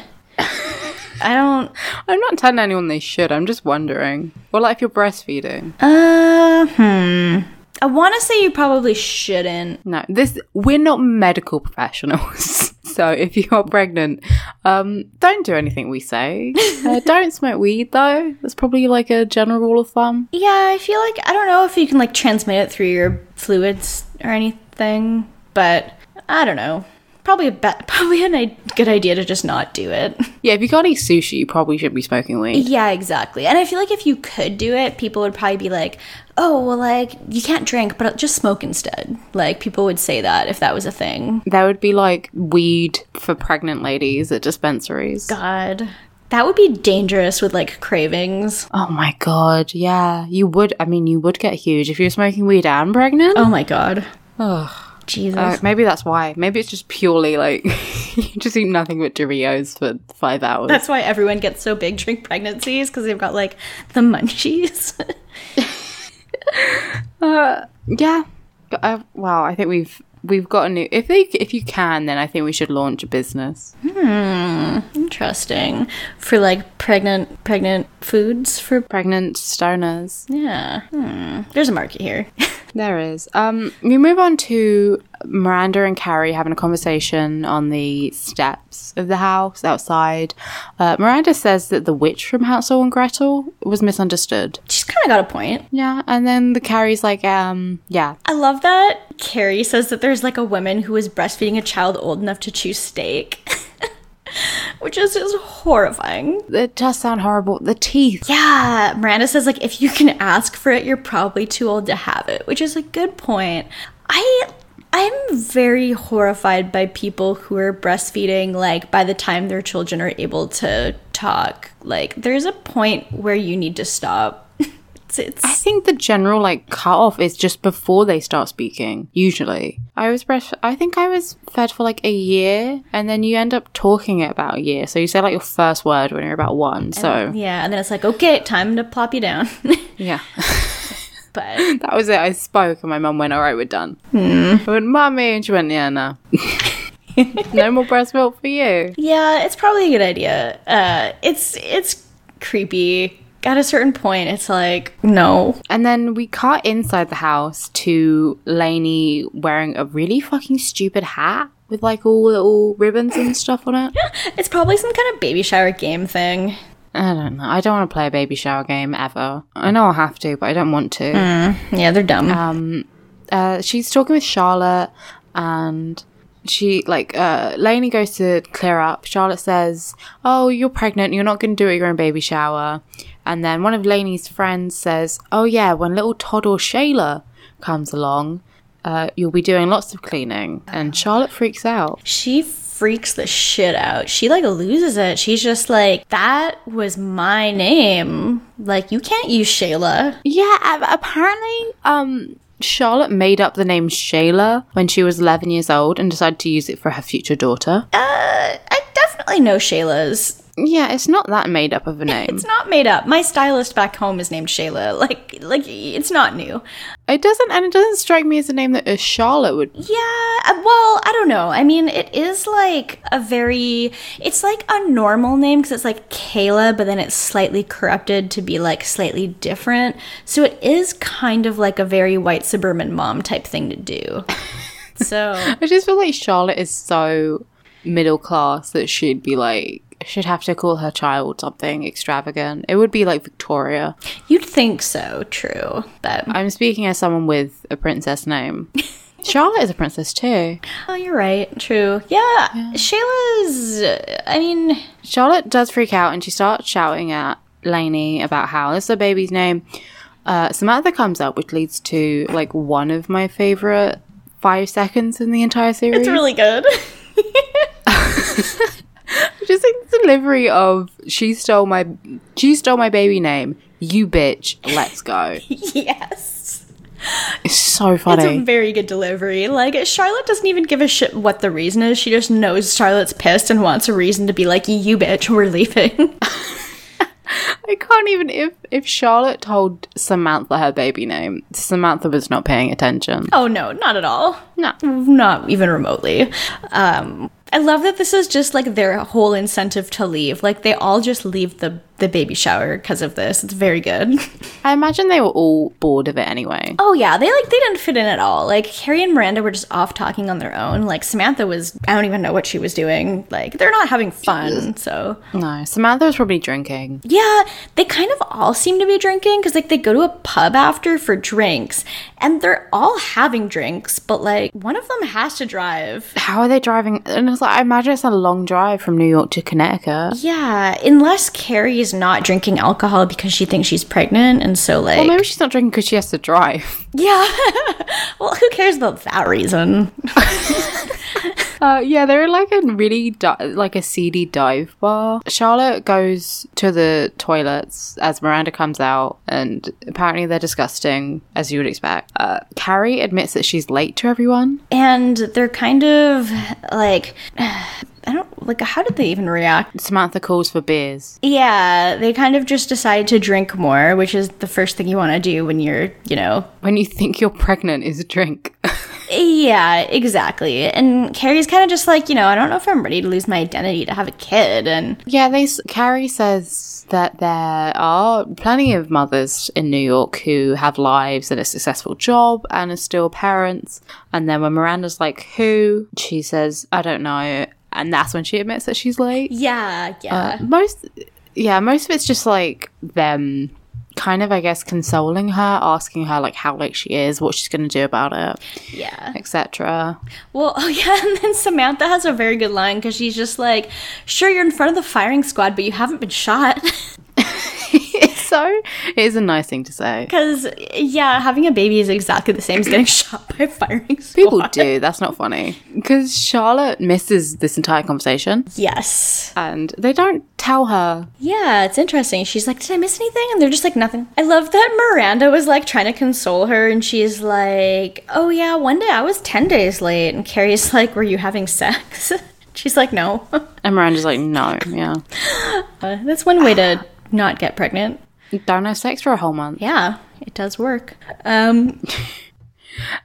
Speaker 2: I don't.
Speaker 1: I'm not telling anyone they should. I'm just wondering. Well, like if you're breastfeeding.
Speaker 2: Uh, hmm. I want to say you probably shouldn't.
Speaker 1: No, this we're not medical professionals. so if you are pregnant, um, don't do anything we say. Uh, don't smoke weed though. That's probably like a general rule of thumb.
Speaker 2: Yeah, I feel like I don't know if you can like transmit it through your fluids or anything, but I don't know. Probably a be- probably a I- good idea to just not do it.
Speaker 1: Yeah, if you can't eat sushi, you probably should be smoking weed.
Speaker 2: yeah, exactly. And I feel like if you could do it, people would probably be like, "Oh, well, like you can't drink, but just smoke instead." Like people would say that if that was a thing.
Speaker 1: There would be like weed for pregnant ladies at dispensaries.
Speaker 2: God. That would be dangerous with like cravings.
Speaker 1: Oh my god, yeah. You would I mean you would get huge if you were smoking weed and pregnant.
Speaker 2: Oh my Oh god.
Speaker 1: Ugh.
Speaker 2: Jesus.
Speaker 1: Uh, maybe that's why. Maybe it's just purely like you just eat nothing but Doritos for five hours.
Speaker 2: That's why everyone gets so big during pregnancies because they've got like the munchies.
Speaker 1: yeah. Uh, wow. I think we've we've got a new. If they if you can, then I think we should launch a business.
Speaker 2: Interesting. For like pregnant pregnant foods for
Speaker 1: Pregnant stoners.
Speaker 2: yeah. Hmm. There's a market here.
Speaker 1: There is. Um, we move on to Miranda and Carrie having a conversation on the steps of the house outside. Uh, Miranda says that the witch from Hansel and Gretel was misunderstood.
Speaker 2: She's kind of got a point.
Speaker 1: Yeah, and then the Carrie's like, um, yeah,
Speaker 2: I love that Carrie says that there's like a woman who is breastfeeding a child old enough to chew steak. Which is just horrifying.
Speaker 1: it does sound horrible. The teeth.
Speaker 2: Yeah, Miranda says like if you can ask for it, you're probably too old to have it, which is a good point. I I'm very horrified by people who are breastfeeding like by the time their children are able to talk. Like there's a point where you need to stop. it's, it's
Speaker 1: I think the general like cut off is just before they start speaking. Usually, I was breast. I think I was fed for like a year, and then you end up talking at about a year. So you say like your first word when you're about one. So
Speaker 2: yeah, and then it's like, okay, time to plop you down.
Speaker 1: yeah.
Speaker 2: but
Speaker 1: That was it. I spoke, and my mum went, "All right, we're done." I went, "Mummy," and she went, "Yeah, no, no more breast milk for you."
Speaker 2: Yeah, it's probably a good idea. Uh, it's it's creepy. At a certain point, it's like no.
Speaker 1: And then we cut inside the house to Lainey wearing a really fucking stupid hat with like all little ribbons and stuff on it.
Speaker 2: It's probably some kind of baby shower game thing.
Speaker 1: I don't know. I don't want to play a baby shower game ever. I know I'll have to, but I don't want to.
Speaker 2: Yeah, they're dumb.
Speaker 1: uh, she's talking with Charlotte and she like uh Lainey goes to clear up. Charlotte says, Oh, you're pregnant, you're not gonna do it at your own baby shower. And then one of Lainey's friends says, Oh yeah, when little toddle Shayla comes along, uh, you'll be doing lots of cleaning. And Charlotte freaks out.
Speaker 2: she freaks the shit out. She like loses it. She's just like, that was my name. Like you can't use Shayla.
Speaker 1: Yeah, a- apparently, um, Charlotte made up the name Shayla when she was 11 years old and decided to use it for her future daughter.
Speaker 2: Uh, I definitely know Shayla's.
Speaker 1: Yeah, it's not that made up of a name.
Speaker 2: It's not made up. My stylist back home is named Shayla. Like like it's not new.
Speaker 1: It doesn't, and it doesn't strike me as a name that a Charlotte would.
Speaker 2: Yeah, uh, well, I don't know. I mean, it is like a very, it's like a normal name because it's like Kayla, but then it's slightly corrupted to be like slightly different. So it is kind of like a very white suburban mom type thing to do. So,
Speaker 1: I just feel like Charlotte is so middle class that she'd be like, she'd have to call her child something extravagant. It would be like Victoria.
Speaker 2: you'd think so, true. But,
Speaker 1: I'm speaking as someone with a princess name. Charlotte is a princess too.
Speaker 2: oh, you're right, true. Yeah, Shayla's, uh, I mean,
Speaker 1: Charlotte does freak out and she starts shouting at Lainey about how this is a baby's name. Uh, Samantha comes up, which leads to like one of my favorite five seconds in the entire series.
Speaker 2: it's really good.
Speaker 1: just like the delivery of she stole my she stole my baby name you bitch let's go
Speaker 2: yes.
Speaker 1: it's so
Speaker 2: It's
Speaker 1: funny
Speaker 2: a very good delivery. Like Charlotte doesn't even give a shit what the reason is. She just knows Charlotte's pissed and wants a reason to be like, "You bitch, we're leaving."
Speaker 1: i can't even if if charlotte told samantha her baby name samantha was not paying attention
Speaker 2: oh no, not at all.
Speaker 1: No.
Speaker 2: not even remotely. Um, I love that this is just like their whole incentive to leave. Like they all just leave the the baby shower because of this. It's very good.
Speaker 1: i imagine they were all bored of it anyway
Speaker 2: Oh yeah, they like they didn't fit in at all. Like Harry and Miranda were just off talking on their own. Like Samantha was I don't even know what she was doing. Like they're not having fun. So
Speaker 1: no samantha was probably drinking
Speaker 2: Yeah, they kind of all seem to be drinking because, like, they go to a pub after for drinks and they're all having drinks, but, like, one of them has to drive.
Speaker 1: how are they driving and it's like i imagine it's a long drive from new york to connecticut
Speaker 2: Yeah, unless Carrie is not drinking alcohol because she thinks she's pregnant. And so, like,
Speaker 1: well, maybe she's not drinking because she has to drive
Speaker 2: yeah. well, who cares about that reason?
Speaker 1: Uh, yeah, they're like a really di- like a seedy dive bar. Charlotte goes to the toilets as Miranda comes out, and apparently they're disgusting, as you would expect. Uh, Carrie admits that she's late to everyone.
Speaker 2: and they're kind of like I don't like how did they even react?
Speaker 1: Samantha calls for beers.
Speaker 2: Yeah, they kind of just decide to drink more, which is the first thing you want to do when you're, you know.
Speaker 1: When you think you're pregnant, is drink.
Speaker 2: Yeah, exactly. And Carrie's kind of just like, you know, I don't know if I'm ready to lose my identity to have a kid and
Speaker 1: Yeah, they s- Carrie says that there are plenty of mothers in New York who have lives and a successful job and are still parents. And then when Miranda's like, "Who?" she says, "I don't know," and that's when she admits that she's late.
Speaker 2: Yeah, yeah.
Speaker 1: Most, yeah, most of it's just like them, kind of, I guess, consoling her, asking her like how late she is, what she's going to do about it,
Speaker 2: yeah.
Speaker 1: etc.
Speaker 2: Well, oh yeah, and then Samantha has a very good line because she's just like, "Sure, you're in front of the firing squad, but you haven't been shot."
Speaker 1: so it is a nice thing to say.
Speaker 2: Because yeah, having a baby is exactly the same as getting shot by a firing squad.
Speaker 1: People do. That's not funny. Because Charlotte misses this entire conversation
Speaker 2: Yes.
Speaker 1: and they don't tell her.
Speaker 2: Yeah, it's interesting. She's like, "Did I miss anything?" And they're just like, "Nothing." I love that Miranda was like trying to console her, and she's like, "Oh yeah, one day I was ten days late," and Carrie's like, "Were you having sex?" she's like, "No."
Speaker 1: And Miranda's like, no, yeah.
Speaker 2: Uh, that's one way to not get pregnant.
Speaker 1: Don't have sex for a whole month.
Speaker 2: Yeah, it does work. Um,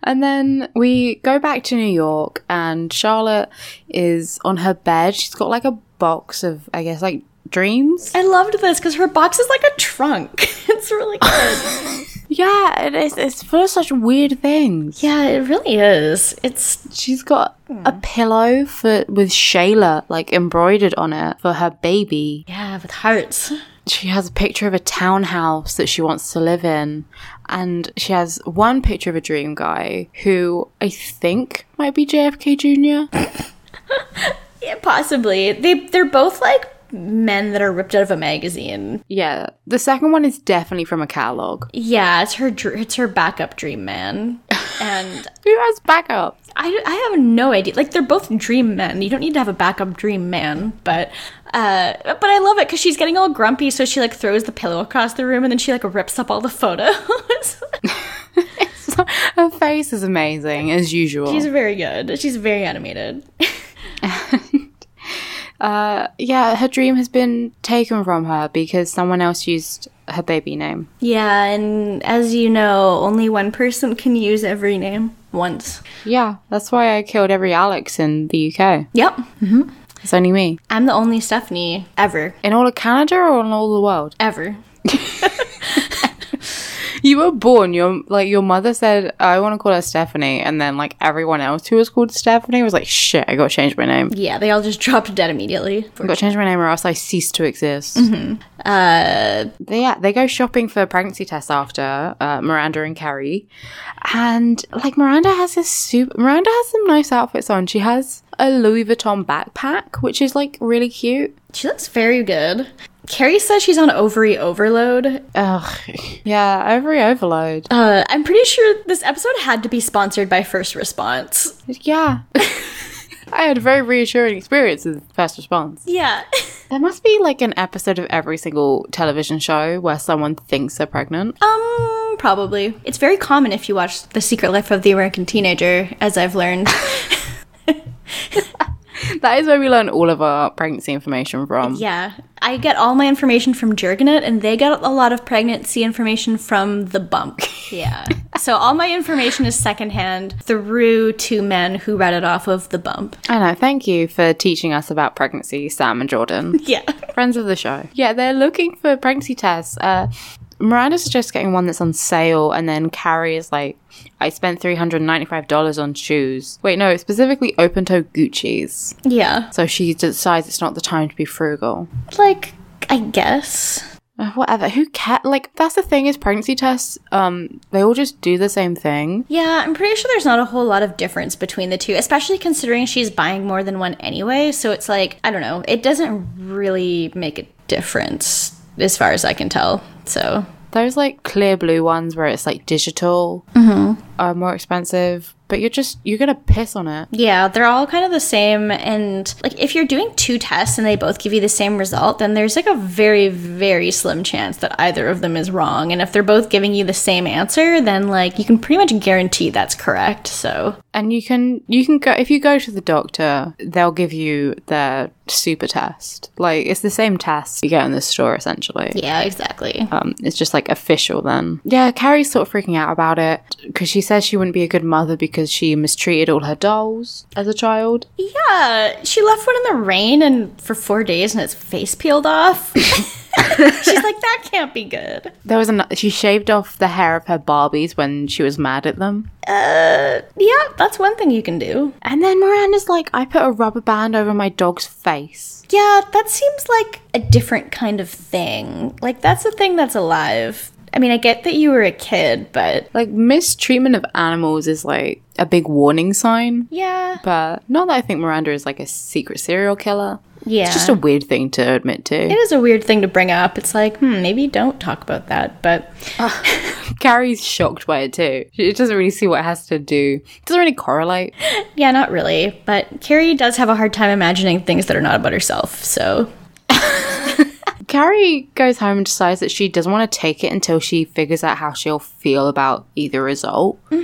Speaker 1: And then we go back to New York and Charlotte is on her bed. She's got like a box of, I guess, like dreams.
Speaker 2: I loved this because her box is like a trunk. It's really good.
Speaker 1: Yeah, it is, it's full of such weird things. Hmm.
Speaker 2: yeah, it really is. It's
Speaker 1: She's got a pillow for with Shayla like embroidered on it for her baby.
Speaker 2: yeah, with hearts.
Speaker 1: she has a picture of a townhouse that she wants to live in and she has one picture of a dream guy who i think might be jfk jr
Speaker 2: Yeah, possibly. They they're both like men that are ripped out of a magazine.
Speaker 1: yeah the second one is definitely from a catalog
Speaker 2: Yeah, it's her dr- it's her backup dream man. And
Speaker 1: who has backup
Speaker 2: I, I have no idea. Like they're both dream men. You don't need to have a backup dream man, but uh but I love it cuz she's getting all grumpy so she like throws the pillow across the room and then she like rips up all the photos.
Speaker 1: her face is amazing as usual
Speaker 2: She's very good. She's very animated.
Speaker 1: uh, yeah her dream has been taken from her because someone else used her baby name
Speaker 2: Yeah, and as you know, only one person can use every name once.
Speaker 1: yeah that's why i killed every alex in the uk
Speaker 2: Yep.
Speaker 1: it's only me
Speaker 2: I'm the only Stephanie ever.
Speaker 1: in all of canada or in all the world
Speaker 2: Ever.
Speaker 1: You were born. Your like your mother said, "I want to call her Stephanie," and then like everyone else who was called Stephanie was like, "Shit, I got to change my name.
Speaker 2: Yeah, they all just dropped dead immediately.
Speaker 1: I got to change my name, or else I cease to exist."
Speaker 2: Mm-hmm.
Speaker 1: Uh, yeah, they go shopping for pregnancy tests after uh, Miranda and Carrie, and like Miranda has this super. Miranda has some nice outfits on. She has a Louis Vuitton backpack, which is like really cute.
Speaker 2: She looks very good. Carrie says she's on ovary overload.
Speaker 1: Ugh, yeah, every overload.
Speaker 2: Uh, I'm pretty sure this episode had to be sponsored by First Response.
Speaker 1: Yeah. I had a very reassuring experience with first response.
Speaker 2: Yeah.
Speaker 1: There must be like an episode of every single television show where someone thinks they're pregnant.
Speaker 2: um, probably. It's very common if you watch The Secret Life of the American Teenager, as I've learned.
Speaker 1: That is where we learn all of our pregnancy information from.
Speaker 2: Yeah, I get all my information from Jergonet, and they get a lot of pregnancy information from the bump. Yeah. so all my information is secondhand through two men who read it off of the bump.
Speaker 1: I know. Thank you for teaching us about pregnancy, Sam and Jordan.
Speaker 2: Yeah.
Speaker 1: Friends of the show. Yeah, they're looking for pregnancy tests. Uh, Miranda suggests getting one that's on sale, and then Carrie is like, I spent $395 on shoes. Wait, no, specifically open toe Gucci's.
Speaker 2: Yeah.
Speaker 1: So she decides it's not the time to be frugal.
Speaker 2: Like, I guess.
Speaker 1: Uh, Whatever. Who care? Like that's the thing is pregnancy tests. Um, they all just do the same thing.
Speaker 2: Yeah, I'm pretty sure there's not a whole lot of difference between the two, especially considering she's buying more than one anyway. So it's like, I don't know, it doesn't really make a difference as far as I can tell. So
Speaker 1: Those like clear blue ones where it's like digital. are more expensive, but you're just you're gonna piss on it.
Speaker 2: Yeah, they're all kind of the same. And like, if you're doing two tests and they both give you the same result, then there's like a very, very slim chance that either of them is wrong. And if they're both giving you the same answer, then like you can pretty much guarantee that's correct. So
Speaker 1: And you can you can go if you go to the doctor, they'll give you their super test. Like it's the same test you get in the store essentially.
Speaker 2: yeah, exactly.
Speaker 1: Um, it's just like official then. Yeah, Carrie's sort of freaking out about it because she says she wouldn't be a good mother because she mistreated all her dolls as a child.
Speaker 2: Yeah, she left one in the rain and for four days, and its face peeled off. She's like, that can't be good.
Speaker 1: There was an she shaved off the hair of her Barbies when she was mad at them.
Speaker 2: Yeah, that's one thing you can do.
Speaker 1: And then Miranda's like, I put a rubber band over my dog's face.
Speaker 2: Yeah, that seems like a different kind of thing. Like, that's a thing that's alive. I mean, I get that you were a kid, but
Speaker 1: Like mistreatment of animals is like a big warning sign.
Speaker 2: yeah.
Speaker 1: But not that I think Miranda is like a secret serial killer.
Speaker 2: Yeah.
Speaker 1: It's just a weird thing to admit to.
Speaker 2: it is a weird thing to bring up. It's like, hmm, maybe don't talk about that. But
Speaker 1: Carrie's shocked by it too. She doesn't really see what it has to do. It doesn't really correlate.
Speaker 2: yeah, not really. But Carrie does have a hard time imagining things that are not about herself. So,
Speaker 1: Carrie goes home and decides that she doesn't want to take it until she figures out how she'll feel about either result.
Speaker 2: I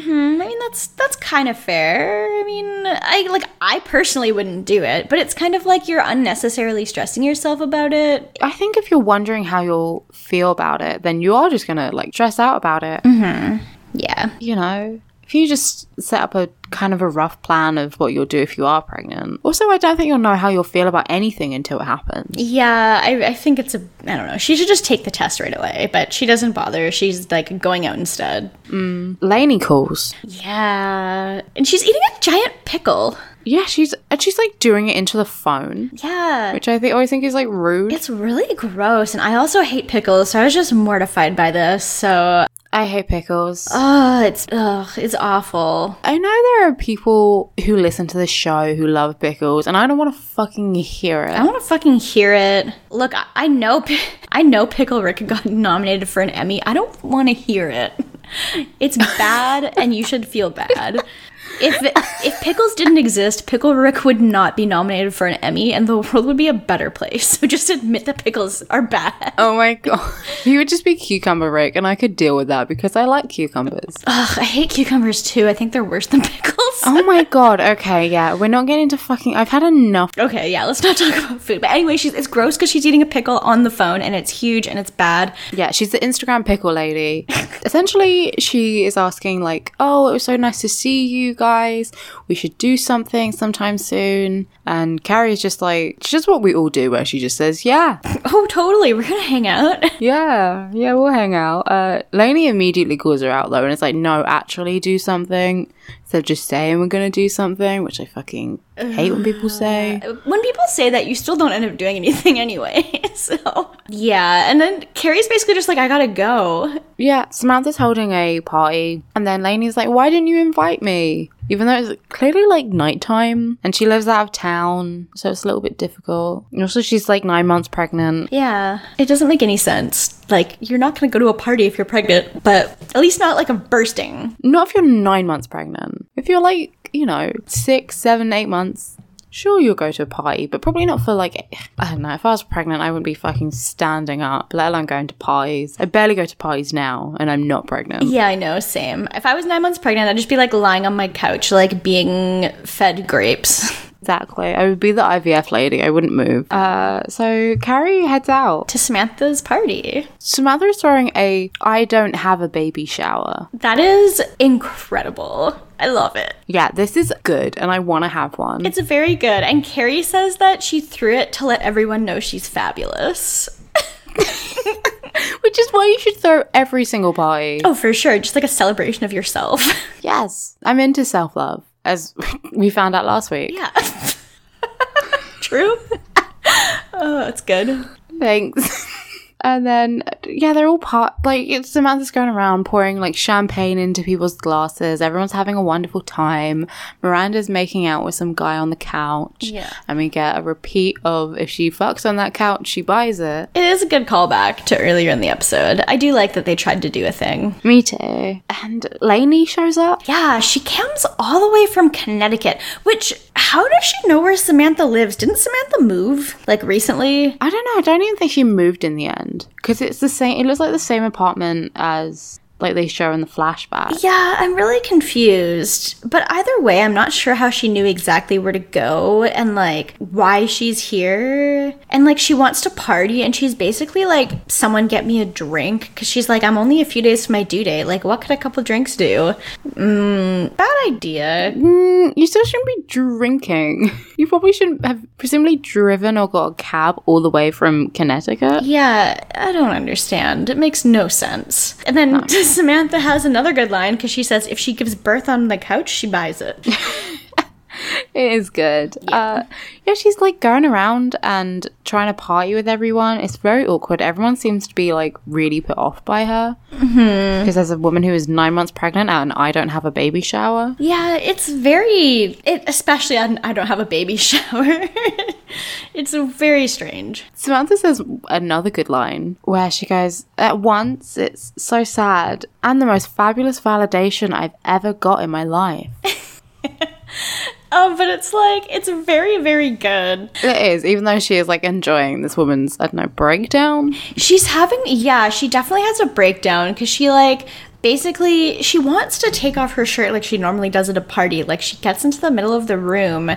Speaker 2: mean, that's that's kind of fair. I mean, I like I personally wouldn't do it, but it's kind of like you're unnecessarily stressing yourself about it.
Speaker 1: I think if you're wondering how you'll feel about it, then you are just gonna like stress out about it.
Speaker 2: Mm. Yeah.
Speaker 1: You know, if you just set up a kind of a rough plan of what you'll do if you are pregnant. Also, I don't think you'll know how you'll feel about anything until it happens.
Speaker 2: Yeah, I, I think it's a. I don't know. She should just take the test right away, but she doesn't bother. She's like going out instead.
Speaker 1: Lainey calls.
Speaker 2: Yeah. And she's eating a giant pickle.
Speaker 1: Yeah, she's and she's like doing it into the phone,
Speaker 2: Yeah.
Speaker 1: which I think always think is like rude.
Speaker 2: It's really gross. And I also hate pickles, so I was just mortified by this. So,
Speaker 1: I hate pickles.
Speaker 2: oh, it's, ugh, it's awful.
Speaker 1: I know there are people who listen to this show who love pickles, and I don't want to fucking hear
Speaker 2: I
Speaker 1: it.
Speaker 2: want to fucking hear it. Look, I, I know, pi- I know, Pickle Rick got nominated for an Emmy. I don't want to hear it. It's bad, and you should feel bad. If if pickles didn't exist, Pickle Rick would not be nominated for an Emmy, and the world would be a better place. So just admit that pickles are bad.
Speaker 1: Oh my god. He would just be cucumber Rick, and I could deal with that because I like cucumbers.
Speaker 2: Ugh, I hate cucumbers too. I think they're worse than pickles.
Speaker 1: oh my god. Okay, yeah, we're not getting into fucking. I've had enough.
Speaker 2: Okay, yeah, let's not talk about food. But anyway, she's it's gross because she's eating a pickle on the phone, and it's huge and it's bad.
Speaker 1: Yeah, she's the Instagram pickle lady. Essentially, she is asking, like, oh, it was so nice to see you guys. We should do something sometime soon. And Carrie's just like, she does what we all do, where she just says, yeah.
Speaker 2: Oh, totally. We're gonna hang out.
Speaker 1: Yeah, yeah, we'll hang out. Uh, Lainey immediately calls her out though, and it's like, no, actually do something. Instead of just saying we're gonna do something, which I fucking hate when people say.
Speaker 2: when people say that, you still don't end up doing anything anyway. so yeah, and then Carrie's basically just like, "I gotta go."
Speaker 1: Yeah, Samantha's holding a party, and then Lainey's like, why didn't you invite me? Even though it's clearly like nighttime, and she lives out of town, so it's a little bit difficult. And also, she's like nine months pregnant.
Speaker 2: Yeah, it doesn't make any sense. Like, you're not gonna go to a party if you're pregnant, but at least not like a bursting.
Speaker 1: Not if you're nine months pregnant. If you're like, you know, six, seven, eight months, sure you'll go to a party, but probably not for like, I don't know. If I was pregnant, I wouldn't be fucking standing up, let alone going to parties. I barely go to parties now, and I'm not pregnant.
Speaker 2: Yeah, I know. Same. If I was nine months pregnant, I'd just be like lying on my couch, like being fed grapes.
Speaker 1: Exactly. I would be the IVF lady. I wouldn't move. Uh, so Carrie heads out.
Speaker 2: to Samantha's party.
Speaker 1: Samantha is throwing a I don't have a baby shower.
Speaker 2: That is incredible. I love it.
Speaker 1: Yeah, this is good, and I want to have one.
Speaker 2: It's very good. And Carrie says that she threw it to let everyone know she's fabulous.
Speaker 1: Which is why you should throw every single party.
Speaker 2: Oh, for sure. Just like a celebration of yourself.
Speaker 1: Yes, I'm into self love, as we found out last week.
Speaker 2: Yeah. True. oh, that's good.
Speaker 1: Thanks. And then, yeah, they're all part, like, it's Samantha's going around pouring, like, champagne into people's glasses. Everyone's having a wonderful time. Miranda's making out with some guy on the couch.
Speaker 2: Yeah.
Speaker 1: And we get a repeat of if she fucks on that couch, she buys it.
Speaker 2: It is a good callback to earlier in the episode. I do like that they tried to do a thing.
Speaker 1: Me too. And Lainey shows up.
Speaker 2: Yeah, she comes all the way from Connecticut, which, how does she know where Samantha lives? Didn't Samantha move, like, recently?
Speaker 1: I don't know. I don't even think she moved in the end because it's the same. It looks like the same apartment as like they show in the flashback.
Speaker 2: Yeah, I'm really confused. But either way, I'm not sure how she knew exactly where to go and like why she's here. And like she wants to party and she's basically like, someone get me a drink. Cause she's like, I'm only a few days from my due date. Like, what could a couple drinks do? Mm, bad idea.
Speaker 1: Mm, You still shouldn't be drinking. You probably shouldn't have presumably driven or got a cab all the way from Connecticut.
Speaker 2: Yeah, I don't understand. It makes no sense. And then Samantha has another good line because she says, if she gives birth on the couch, she buys it.
Speaker 1: It is good. Yeah. Uh, yeah, she's like going around and trying to party with everyone. It's very awkward. Everyone seems to be like really put off by her because there's a woman who is nine months pregnant and I don't have a baby shower.
Speaker 2: Yeah, it's very, it, especially I, I don't have a baby shower. it's very strange.
Speaker 1: Samantha says another good line where she goes, At once, it's so sad and the most fabulous validation I've ever got in my life.
Speaker 2: Um, but it's like it's very, very good.
Speaker 1: it is, even though she is like enjoying this woman's, I don't know, breakdown.
Speaker 2: She's having, yeah, she definitely has a breakdown because she like basically she wants to take off her shirt like she normally does at a party. Like she gets into the middle of the room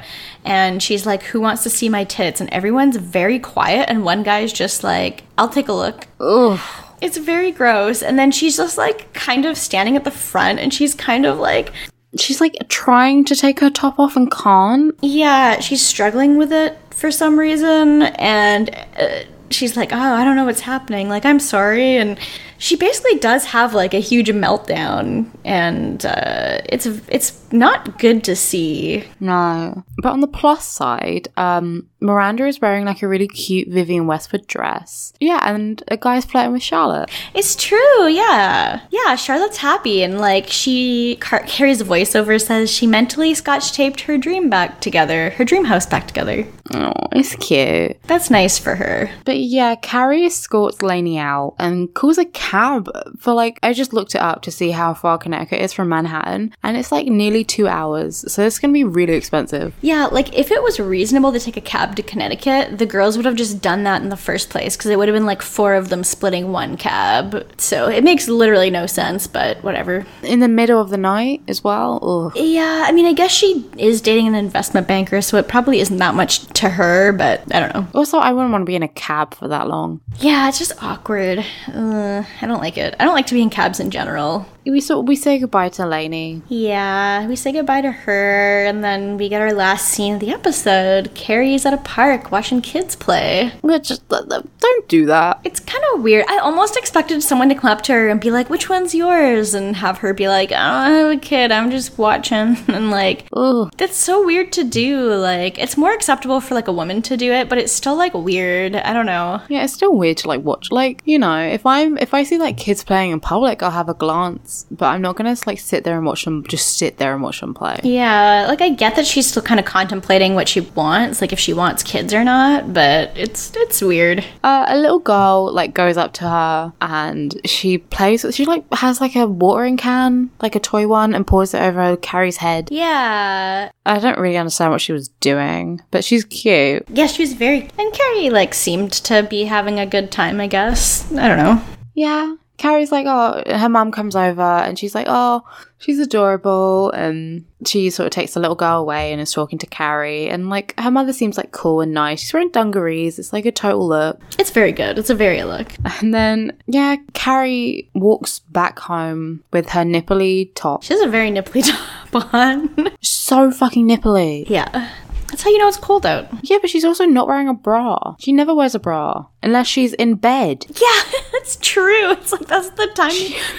Speaker 2: and she's like, "Who wants to see my tits?" And everyone's very quiet, and one guy's just like, "I'll take a look."
Speaker 1: Ugh.
Speaker 2: It's very gross. And then she's just like kind of standing at the front, and she's kind of like
Speaker 1: She's like trying to take her top off and can't.
Speaker 2: Yeah, she's struggling with it for some reason, and uh, she's like, "Oh, I don't know what's happening. Like, I'm sorry." And she basically does have like a huge meltdown, and uh, it's it's not good to see.
Speaker 1: No. But on the plus side, um, Miranda is wearing like a really cute Vivian Westwood dress. Yeah, and a guy's flirting with Charlotte.
Speaker 2: It's true, yeah, yeah. Charlotte's happy, and like she Car- Carrie's voiceover says she mentally scotch taped her dream back together, her dream house back together.
Speaker 1: Oh, it's cute.
Speaker 2: That's nice for her.
Speaker 1: But yeah, Carrie escorts Laney out and calls a cab for like, I just looked it up to see how far Connecticut is from Manhattan, and it's like nearly two hours. So it's gonna be really expensive.
Speaker 2: Yeah, like if it was reasonable to take a cab to Connecticut, the girls would have just done that in the first place because it would have been like four of them splitting one cab. So it makes literally no sense, but whatever.
Speaker 1: In the middle of the night as well. Ugh.
Speaker 2: Yeah, I mean, I guess she is dating an investment banker, so it probably isn't that much to her, but I don't know.
Speaker 1: Also, I wouldn't want to be in a cab for that long.
Speaker 2: Yeah, it's just awkward. Uh, I don't like it. I don't like to be in cabs in general.
Speaker 1: We sort we say goodbye to Laney.
Speaker 2: Yeah, we say goodbye to her, and then we get our last scene of the episode. Carrie's at a park watching kids play.
Speaker 1: Which uh, don't do that.
Speaker 2: It's kind of weird. I almost expected someone to come up to her and be like, "Which one's yours?" and have her be like, "I don't have a kid. I'm just watching." And like,
Speaker 1: Ugh.
Speaker 2: that's so weird to do. Like, it's more acceptable for like a woman to do it, but it's still like weird. I don't know.
Speaker 1: Yeah, it's still weird to like watch. Like you know, if I'm if I see like kids playing in public, I'll have a glance, but I'm not gonna like sit there and watch them. Just sit there and watch them play.
Speaker 2: Yeah, like I get that she's still kind of contemplating what she wants, like if she wants kids or not, but it's it's weird.
Speaker 1: uh, a little girl like goes up to her and she plays she like has like a watering can like a toy one and pours it over carrie's head
Speaker 2: Yeah.
Speaker 1: i don't really understand what she was doing but she's cute
Speaker 2: Yeah, she was very and Carrie like seemed to be having a good time, I guess. I don't know.
Speaker 1: yeah carrie's like oh her mum comes over and she's like oh she's adorable and she sort of takes the little girl away and is talking to carrie and like her mother seems like cool and nice she's wearing dungarees it's like a total look
Speaker 2: It's very good. It's a very look.
Speaker 1: and then yeah carrie walks back home with her nipply top
Speaker 2: She has a very nipply top on.
Speaker 1: so fucking nipply.
Speaker 2: yeah. That's how you know it's cold out.
Speaker 1: Yeah, but she's also not wearing a bra. She never wears a bra unless she's in bed.
Speaker 2: Yeah, that's true. It's like that's the time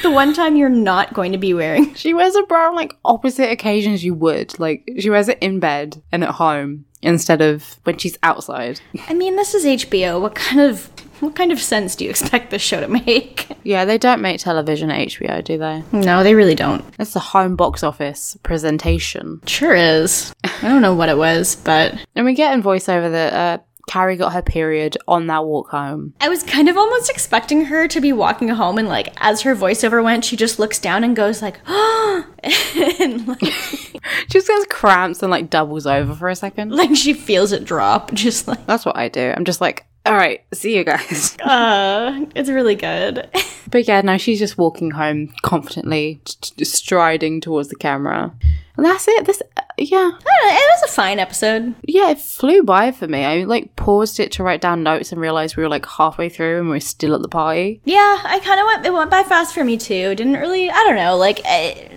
Speaker 2: the one time you're not going to be wearing.
Speaker 1: She wears a bra on like opposite occasions you would. Like she wears it in bed and at home instead of when she's outside.
Speaker 2: I mean, this is HBO. What kind of What kind of sense do you expect this show to make?
Speaker 1: Yeah, they don't make television at HBO, do they?
Speaker 2: No, they really don't.
Speaker 1: It's the home box office presentation.
Speaker 2: Sure is. I don't know what it was, but
Speaker 1: And we get in voiceover that uh, Carrie got her period on that walk home.
Speaker 2: I was kind of almost expecting her to be walking home and like as her voiceover went, she just looks down and goes like, "Oh," and like,
Speaker 1: She just gets cramps and like doubles over for a second.
Speaker 2: like she feels it drop. Just like
Speaker 1: That's what I do. I'm just like, all right, see you guys.
Speaker 2: uh, it's really good.
Speaker 1: But yeah, no, she's just walking home confidently, t- t- striding towards the camera. And that's it. This, uh, yeah.
Speaker 2: it was a fine episode.
Speaker 1: Yeah, it flew by for me. I like paused it to write down notes and realized we were like halfway through and we are still at the party.
Speaker 2: Yeah, I kind of went. It went by fast for me too. Didn't really. I don't know. Like, I,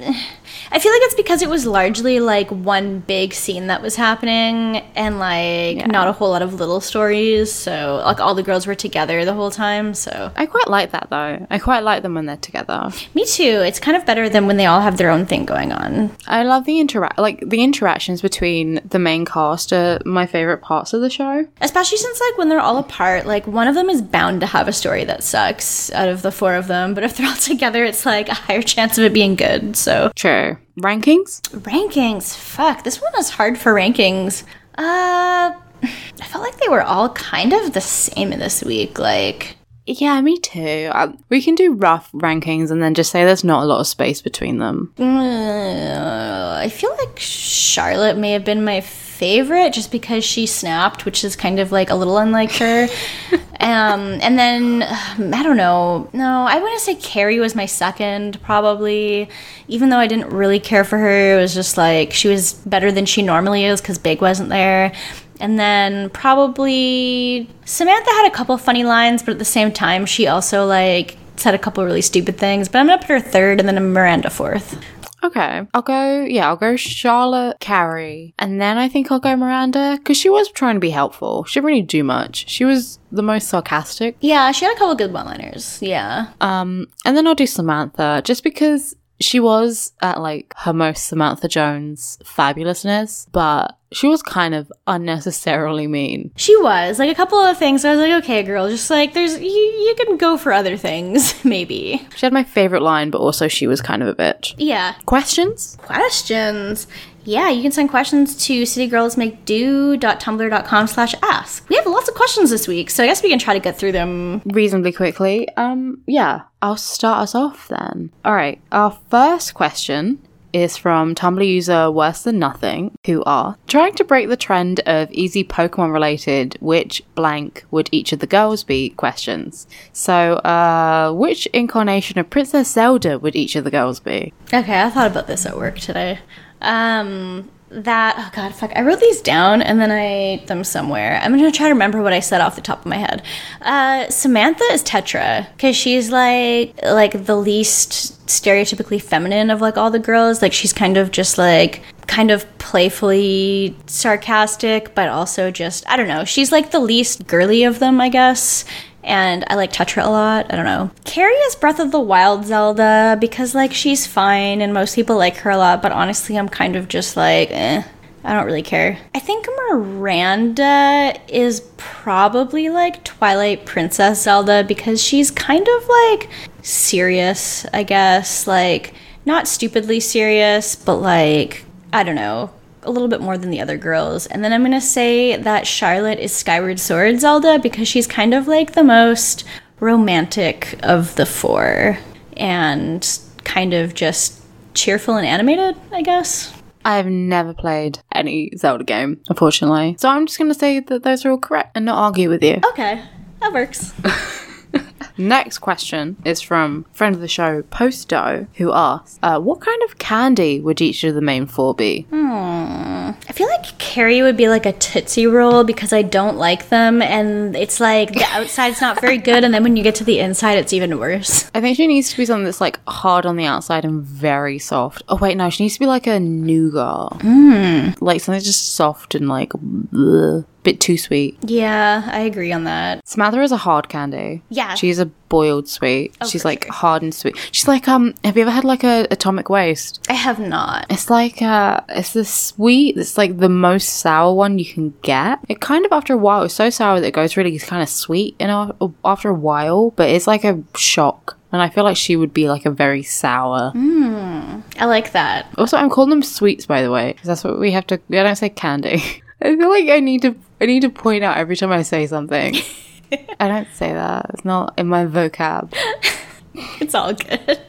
Speaker 2: I feel like it's because it was largely like one big scene that was happening, and like not a whole lot of little stories. So like all the girls were together the whole time. So
Speaker 1: I quite like that though. I quite like them when they're together.
Speaker 2: me too. It's kind of better than when they all have their own thing going on.
Speaker 1: I love the interact, like the interactions between the main cast are my favorite parts of the show.
Speaker 2: Especially since like when they're all apart, like one of them is bound to have a story that sucks out of the four of them. But if they're all together, it's like a higher chance of it being good. So
Speaker 1: True. Rankings?
Speaker 2: Rankings. Fuck, this one was hard for rankings. Uh, I felt like they were all kind of the same this week. Like,
Speaker 1: Yeah, me too. Um, we can do rough rankings and then just say there's not a lot of space between them.
Speaker 2: uh, I feel like Charlotte may have been my favorite just because she snapped, which is kind of like a little unlike her. um, and then um, I don't know. No, I want to say Carrie was my second probably. Even though I didn't really care for her, it was just like she was better than she normally is because Big wasn't there. And then probably Samantha had a couple funny lines, but at the same time, she also like said a couple really stupid things. But I'm gonna put her third, and then Miranda fourth.
Speaker 1: Okay. I'll go, yeah, I'll go Charlotte, Carrie, and then I think I'll go Miranda because she was trying to be helpful. She didn't really do much. She was the most sarcastic.
Speaker 2: Yeah, she had a couple good one-liners. Yeah,
Speaker 1: Um, and then I'll do Samantha just because she was at like her most Samantha Jones fabulousness, but she was kind of unnecessarily mean.
Speaker 2: she was like a couple of things. I was like, okay, girl, just like there's you, you can go for other things, maybe.
Speaker 1: She had my favorite line, but also she was kind of a bitch.
Speaker 2: Yeah,
Speaker 1: Questions?
Speaker 2: questions. Yeah, you can send questions to citygirlsmakedo.tumblr.com slash ask. We have lots of questions this week, so I guess we can try to get through them.
Speaker 1: Reasonably quickly. Um, yeah, I'll start us off then. All right, our first question is from Tumblr user Worse Than Nothing, who are trying to break the trend of easy Pokemon related, which blank would each of the girls be questions. So, uh, which incarnation of Princess Zelda would each of the girls be?
Speaker 2: Okay, I thought about this at work today. Um, that oh god, fuck, I wrote these down and then I ate them somewhere. I'm gonna try to remember what I said off the top of my head. Uh, Samantha is Tetra because she's like like the least stereotypically feminine of like all the girls. Like she's kind of just like kind of playfully sarcastic, but also just I don't know. She's like the least girly of them, I guess and I like Tetra a lot. I don't know. Carrie is Breath of the Wild Zelda because like she's fine and most people like her a lot, but honestly, I'm kind of just like, eh, I don't really care. I think Miranda is probably like Twilight Princess Zelda because she's kind of like serious, I guess, like not stupidly serious, but like I don't know, a little bit more than the other girls. And then I'm going to say that Charlotte is Skyward Sword Zelda because she's kind of like the most romantic of the four and kind of just cheerful and animated, I guess.
Speaker 1: I've never played any Zelda game, unfortunately. So I'm just going to say that those are all correct and not argue with you.
Speaker 2: Okay, that works.
Speaker 1: Next question is from friend of the show Posto, who asks, uh, "What kind of candy would each of the main four be?"
Speaker 2: I feel like Carrie would be like a Tootsie Roll because I don't like them and it's like the outside's not very good and then when you get to the inside it's even worse.
Speaker 1: I think she needs to be something that's like hard on the outside and very soft. Oh wait, no, Hmm. she needs to be like a nougat, mm. like something just soft and like bleh. bit too sweet.
Speaker 2: Yeah, I agree on that.
Speaker 1: Smather is a hard candy.
Speaker 2: Yeah. Oh,
Speaker 1: She's a boiled sweet. She's
Speaker 2: for
Speaker 1: like
Speaker 2: sure.
Speaker 1: hard and sweet. She's like, um, have you ever had like a atomic waste?
Speaker 2: I have not.
Speaker 1: It's like uh it's this sweet it's like the most sour one you can get. It kind of after a while it's so sour that it goes really kind of sweet and af- after a while, but it's like a shock. And I feel like she would be like a very sour.
Speaker 2: I like that.
Speaker 1: Also, I'm calling them sweets by the way, 'cause that's what we have to. I don't say candy. I feel like I need to. I need to point out every time I say something. I don't say that. It's not in my vocab.
Speaker 2: It's all good.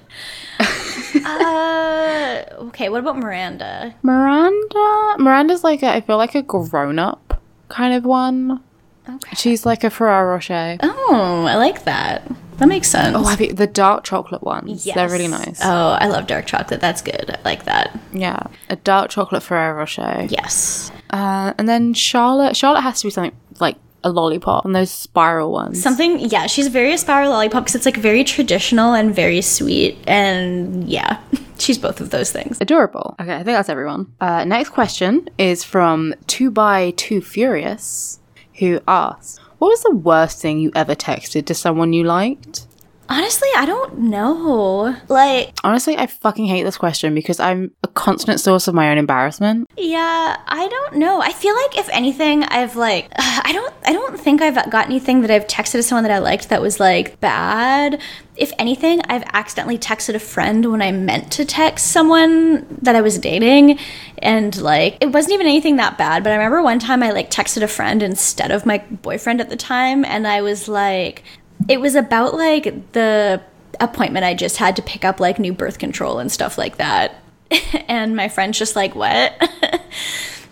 Speaker 2: uh, okay, what about Miranda?
Speaker 1: Miranda. Miranda's like a, I feel like a grown up kind of one.
Speaker 2: Okay.
Speaker 1: She's like a Ferrero Rocher.
Speaker 2: Oh, I like that. That makes sense.
Speaker 1: Oh, have you, the dark chocolate ones.
Speaker 2: Yes.
Speaker 1: They're really nice.
Speaker 2: Oh, I love dark chocolate. That's good. I like that.
Speaker 1: yeah, a dark chocolate Ferrero Rocher.
Speaker 2: Yes.
Speaker 1: Uh, and then Charlotte. Charlotte has to be something like a lollipop and those spiral ones.
Speaker 2: Something, yeah, she's very Aspire Lollipop because it's like very traditional and very sweet. And yeah, she's both of those things.
Speaker 1: Adorable. Okay, I think that's everyone. Uh, next question is from Two by Two Furious, who asks, "What was the worst thing you ever texted to someone you liked?"
Speaker 2: Honestly, I don't know. Like,
Speaker 1: Honestly, I fucking hate this question because I'm a constant source of my own embarrassment.
Speaker 2: yeah, I don't know. I feel like if anything, I've like, I don't, I don't think I've got anything that I've texted to someone that I liked that was like bad. If anything, I've accidentally texted a friend when I meant to text someone that I was dating, and like, it wasn't even anything that bad. But I remember one time I like texted a friend instead of my boyfriend at the time, and I was like, it was about like the appointment I just had to pick up like new birth control and stuff like that. and my friend's just like, what?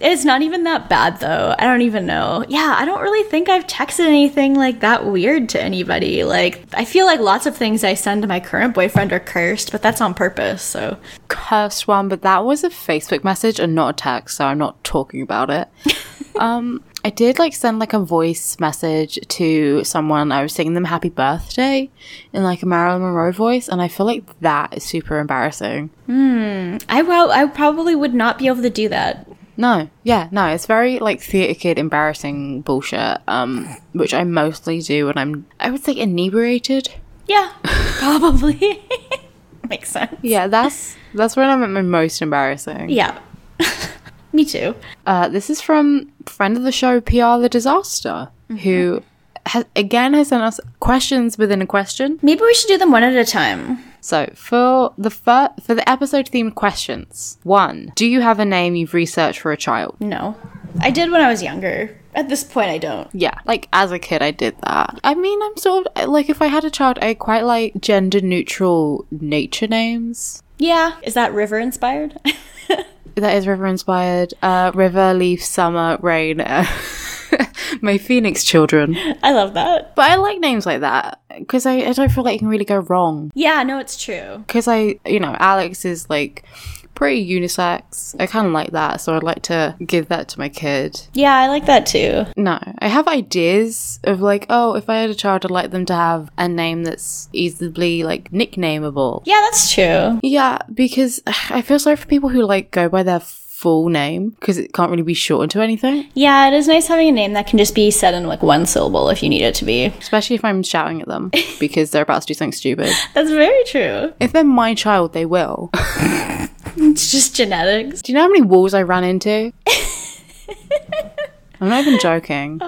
Speaker 2: it's not even that bad though. I don't even know. Yeah, I don't really think I've texted anything like that weird to anybody. Like, I feel like lots of things I send to my current boyfriend are cursed, but that's on purpose. So,
Speaker 1: cursed one, but that was a Facebook message and not a text, so I'm not talking about it. um, I did like send like a voice message to someone. I was singing them happy birthday in like a Marilyn Monroe voice, and I feel like that is super embarrassing.
Speaker 2: I, well, I probably would not be able to do that.
Speaker 1: No, yeah, no, it's very like theatre kid embarrassing bullshit, um, which I mostly do when I'm, I would say, inebriated.
Speaker 2: Yeah, probably. Makes sense.
Speaker 1: Yeah, that's that's when I'm at my most embarrassing.
Speaker 2: Yeah. Me too.
Speaker 1: Uh, this is from friend of the show, PR the Disaster, who has, again has sent us questions within a question.
Speaker 2: Maybe we should do them one at a time.
Speaker 1: So for the fir- for the episode themed questions, one: Do you have a name you've researched for a child?
Speaker 2: No. I did when I was younger. At this point, I don't.
Speaker 1: Yeah, like as a kid, I did that. I mean, I'm sort of like if I had a child, I quite like gender neutral nature names.
Speaker 2: Yeah. Is that river inspired?
Speaker 1: That is river inspired. Uh, river, leaf, summer, rain. uh, my phoenix children.
Speaker 2: I love that.
Speaker 1: But I like names like that because I, I don't feel like you can really go wrong.
Speaker 2: Yeah, no, it's true.
Speaker 1: Because I, you know, Alex is like pretty unisex. I kind of like that. So I'd like to give that to my kid.
Speaker 2: Yeah, I like that too.
Speaker 1: No, I have ideas of like, oh, if I had a child, I'd like them to have a name that's easily like nicknameable.
Speaker 2: Yeah, that's true.
Speaker 1: Yeah, because I feel sorry for people who like go by their full name because it can't really be shortened to anything,
Speaker 2: Yeah, it is nice having a name that can just be said in like one syllable if you need it to be.
Speaker 1: especially if I'm shouting at them because they're about to do something stupid.
Speaker 2: That's very true.
Speaker 1: If they're my child, they will.
Speaker 2: It's just genetics.
Speaker 1: Do you know how many walls I ran into? I'm not even joking.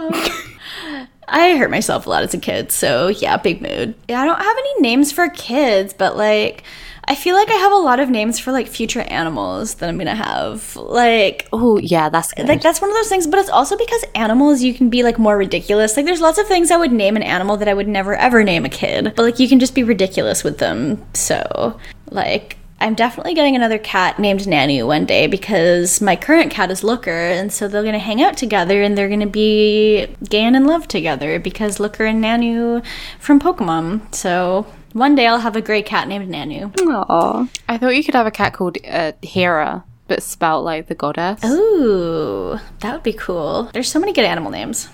Speaker 2: I hurt myself a lot as a kid, so yeah, big mood. Yeah, I don't have any names for kids, but like I feel like I have a lot of names for like future animals that I'm gonna have. Like
Speaker 1: Oh yeah, that's good.
Speaker 2: like that's one of those things but it's also because animals you can be like more ridiculous like there's lots of things i would name an animal that i would never ever name a kid but like you can just be ridiculous with them so like i'm definitely getting another cat named nanu one day because my current cat is looker and so they're gonna hang out together and they're gonna be gay and in love together because looker and nanu from pokemon so one day i'll have a gray cat named nanu
Speaker 1: I thought you could have a cat called uh, Hera, but spelt like the goddess.
Speaker 2: ooh that would be cool there's so many good animal names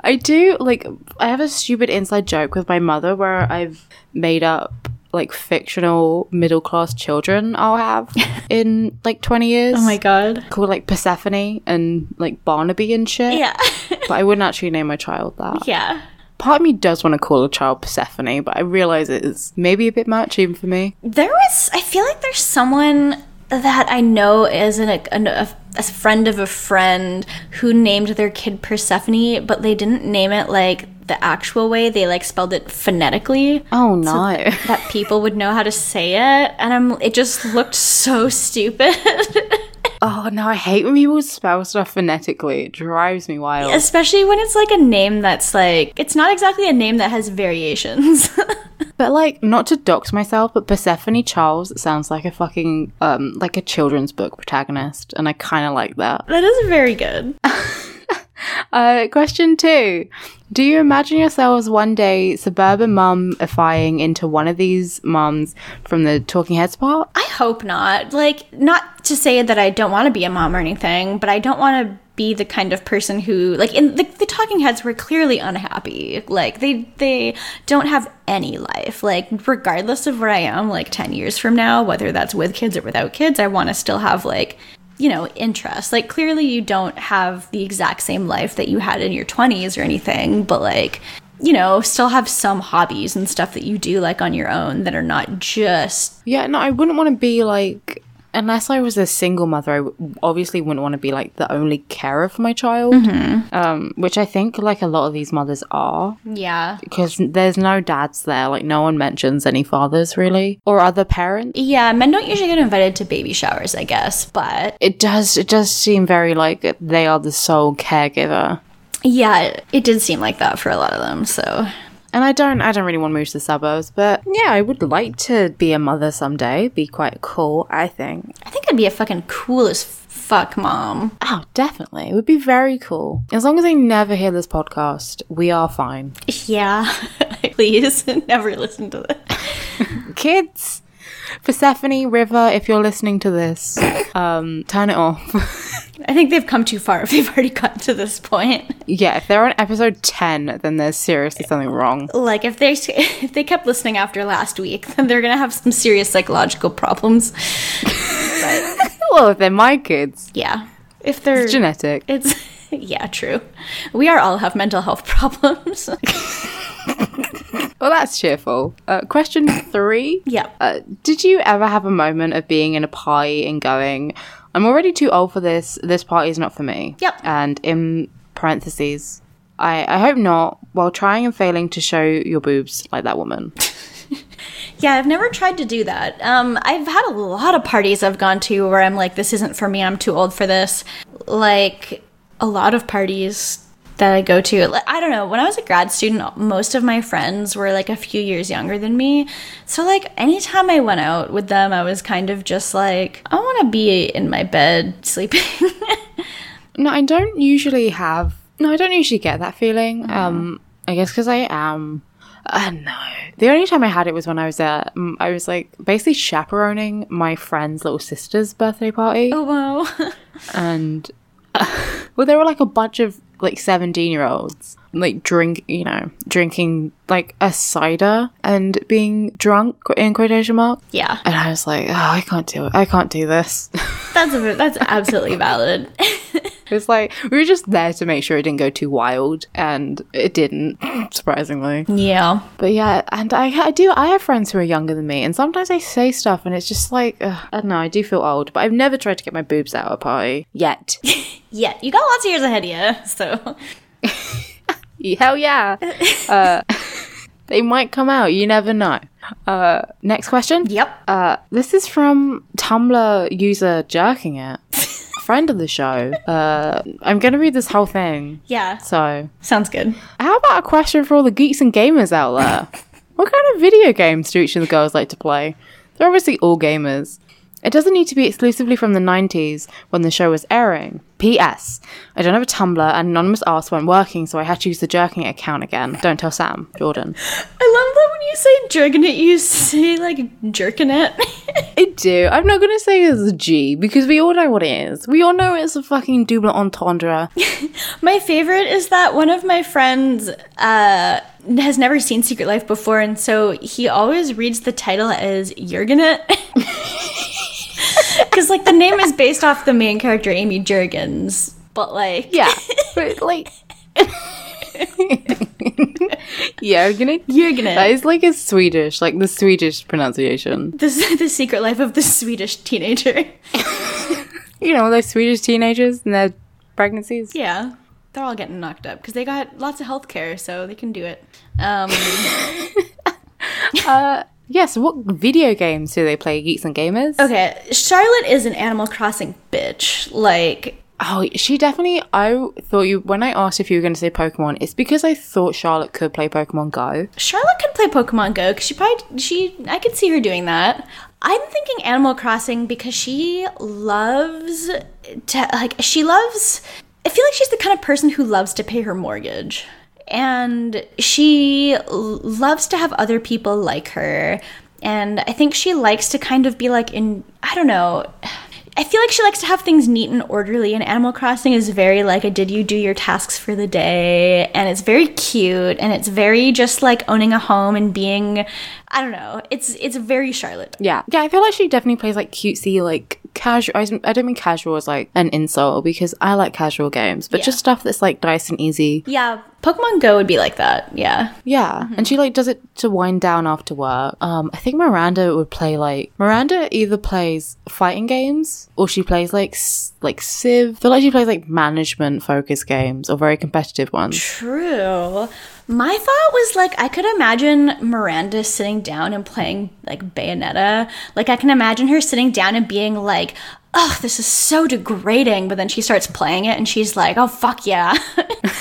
Speaker 1: I do like. I have a stupid inside joke with my mother where I've made up. like fictional middle class children I'll have in like 20 years.
Speaker 2: Oh my god.
Speaker 1: Called like Persephone and like Barnaby and shit.
Speaker 2: Yeah.
Speaker 1: But I wouldn't actually name my child that.
Speaker 2: yeah.
Speaker 1: Part of me does want to call a child Persephone, but I realize it's maybe a bit much even for me.
Speaker 2: There was, I feel like there's someone that I know is an, an, a, a friend of a friend who named their kid Persephone, but they didn't name it like the actual way. They like spelled it phonetically
Speaker 1: Oh no.
Speaker 2: that people would know how to say it. And I'm, it just looked so stupid,
Speaker 1: oh no, I hate when people spell stuff phonetically. It drives me wild.
Speaker 2: especially when it's like a name that's like, it's not exactly a name that has variations.
Speaker 1: But like, not to dox myself, but Persephone Charles sounds like a fucking um like a children's book protagonist, and I kind of like that.
Speaker 2: that is very good.
Speaker 1: Uh, question two: Do you imagine yourselves one day suburban mumifying into one of these mums from the Talking Heads part?
Speaker 2: I hope not. Like, not to say that I don't want to be a mom or anything, but I don't want to be the kind of person who, like, in the, the Talking Heads were clearly unhappy. Like, they they don't have any life. Like, regardless of where I am, like ten years from now, whether that's with kids or without kids, I want to still have like you know interests. Like, clearly you don't have the exact same life that you had in your twenties or anything, but like. You know, still have some hobbies and stuff that you do like on your own that are not just
Speaker 1: Yeah, no, I wouldn't want to be like. Unless I was a single mother, I w- obviously wouldn't want to be like the only carer for my child, um, which I think like a lot of these mothers are.
Speaker 2: Yeah.
Speaker 1: because there's no dads there. Like no one mentions any fathers really or other parents.
Speaker 2: Yeah, men don't usually get invited to baby showers, I guess. But
Speaker 1: It does. It does seem very like they are the sole caregiver.
Speaker 2: yeah, it, it did seem like that for a lot of them. So
Speaker 1: And I don't. I don't really want to move to the suburbs, but yeah, I would like to be a mother someday. Be quite cool, I think.
Speaker 2: I think I'd be a fucking cool as fuck mom.
Speaker 1: Oh, definitely, it would be very cool. As long as I never hear this podcast, we are fine.
Speaker 2: Yeah. Please never listen to that.
Speaker 1: Kids. Persephone River, if you're listening to this, um, turn it off.
Speaker 2: I think they've come too far if they've already gotten to this point.
Speaker 1: yeah, if they're on episode 10, then there's seriously something wrong.
Speaker 2: Like if they if they kept listening after last week, then they're gonna have some serious psychological problems. but
Speaker 1: Well, if they're my kids,
Speaker 2: yeah, if they're
Speaker 1: it's genetic.
Speaker 2: It's yeah, true. We are all have mental health problems.
Speaker 1: Well, that's cheerful. Uh, question three.
Speaker 2: yeah.
Speaker 1: Uh, did you ever have a moment of being in a party and going, I'm already too old for this. This party's not for me?
Speaker 2: Yep.
Speaker 1: And in parentheses, I, I hope not, while trying and failing to show your boobs like that woman.
Speaker 2: Yeah, I've never tried to do that. Um, I've had a lot of parties I've gone to where I'm like, this isn't for me. I'm too old for this. Like a lot of parties that I go to. Like, I don't know. When I was a grad student, most of my friends were like a few years younger than me. So like anytime I went out with them, I was kind of just like, I want to be in my bed sleeping.
Speaker 1: No, I don't usually have. No, I don't usually get that feeling.
Speaker 2: Uh-huh.
Speaker 1: Um, I guess because I am. Uh, no, the only time I had it was when I was at. mm, I was like basically chaperoning my friend's little sister's birthday party,
Speaker 2: Oh, Wow.
Speaker 1: and well, there were like a bunch of like seventeen-year-olds like drink, you know, drinking like a cider and being drunk in quotation mark.
Speaker 2: yeah,
Speaker 1: And I was like, oh, I can't do it. I can't do this.
Speaker 2: that's a, that's absolutely valid.
Speaker 1: It's like we were just there to make sure it didn't go too wild, and it didn't, surprisingly.
Speaker 2: yeah.
Speaker 1: But yeah, and I, I do. I have friends who are younger than me, and sometimes I say stuff, and it's just like ugh, I don't know. I do feel old, but I've never tried to get my boobs out at a party yet.
Speaker 2: Yeah, you got lots of years ahead of you. So
Speaker 1: Hell yeah, uh, they might come out. You never know. Uh, next question.
Speaker 2: Yep.
Speaker 1: Uh, this is from Tumblr user jerking it. Friend of the show. Uh, I'm gonna read this whole thing.
Speaker 2: yeah,
Speaker 1: So
Speaker 2: sounds good.
Speaker 1: How about a question for all the geeks and gamers out there? what kind of video games do each of the girls like to play? They're obviously all gamers. It doesn't need to be exclusively from the 90s when the show was airing. P.S. I don't have a Tumblr and Anonymous asked when working, so I had to use the jerking It account again. Don't tell Sam, Jordan.
Speaker 2: I love that when you say jerking it, you say like jerking it.
Speaker 1: I do. I'm not going to say it's a G because we all know what it is. We all know it's a fucking double entendre.
Speaker 2: my favorite is that one of my friends uh, has never seen Secret Life before, and so he always reads the title as Jurgenet. Because, like, the name is based off the main character, Amy Jurgens. But, like,
Speaker 1: Yeah, but like, yeah, gonna
Speaker 2: Jurgenet.
Speaker 1: That is like a Swedish, like the Swedish pronunciation.
Speaker 2: This is the secret life of the Swedish teenager.
Speaker 1: You know, those Swedish teenagers and their pregnancies.
Speaker 2: Yeah. They're all getting knocked up because they got lots of health care, so they can do it. Um,
Speaker 1: Yes. what video games do they play? Geeks and gamers.
Speaker 2: okay, Charlotte is an Animal Crossing bitch. Like,
Speaker 1: Oh, she definitely. I thought you when I asked if you were going to say Pokemon. It's because I thought Charlotte could play Pokemon Go.
Speaker 2: Charlotte could play Pokemon Go because she probably she I could see her doing that. I'm thinking Animal Crossing because she loves to like she loves. I feel like she's the kind of person who loves to pay her mortgage, and she l- loves to have other people like her. And I think she likes to kind of be like in I don't know. I feel like she likes to have things neat and orderly, and Animal Crossing is very like a did you do your tasks for the day? And it's very cute, and it's very just like owning a home and being, I don't know, it's it's very Charlotte.
Speaker 1: Yeah, yeah. I feel like she definitely plays like cutesy, like casual. I s- I don't mean casual as like an insult because I like casual games, but just stuff that's like nice and easy.
Speaker 2: Yeah, Pokemon Go would be like that. Yeah,
Speaker 1: Yeah, and she like does it to wind down after work. Um, I think Miranda would play like Miranda either plays fighting games or she plays like s- like Civ. I feel like she plays like management focused games or very competitive ones.
Speaker 2: true. My thought was like I could imagine Miranda sitting down and playing like Bayonetta. Like I can imagine her sitting down and being like. Oh, this is so degrading. But then she starts playing it and she's like, oh, fuck yeah.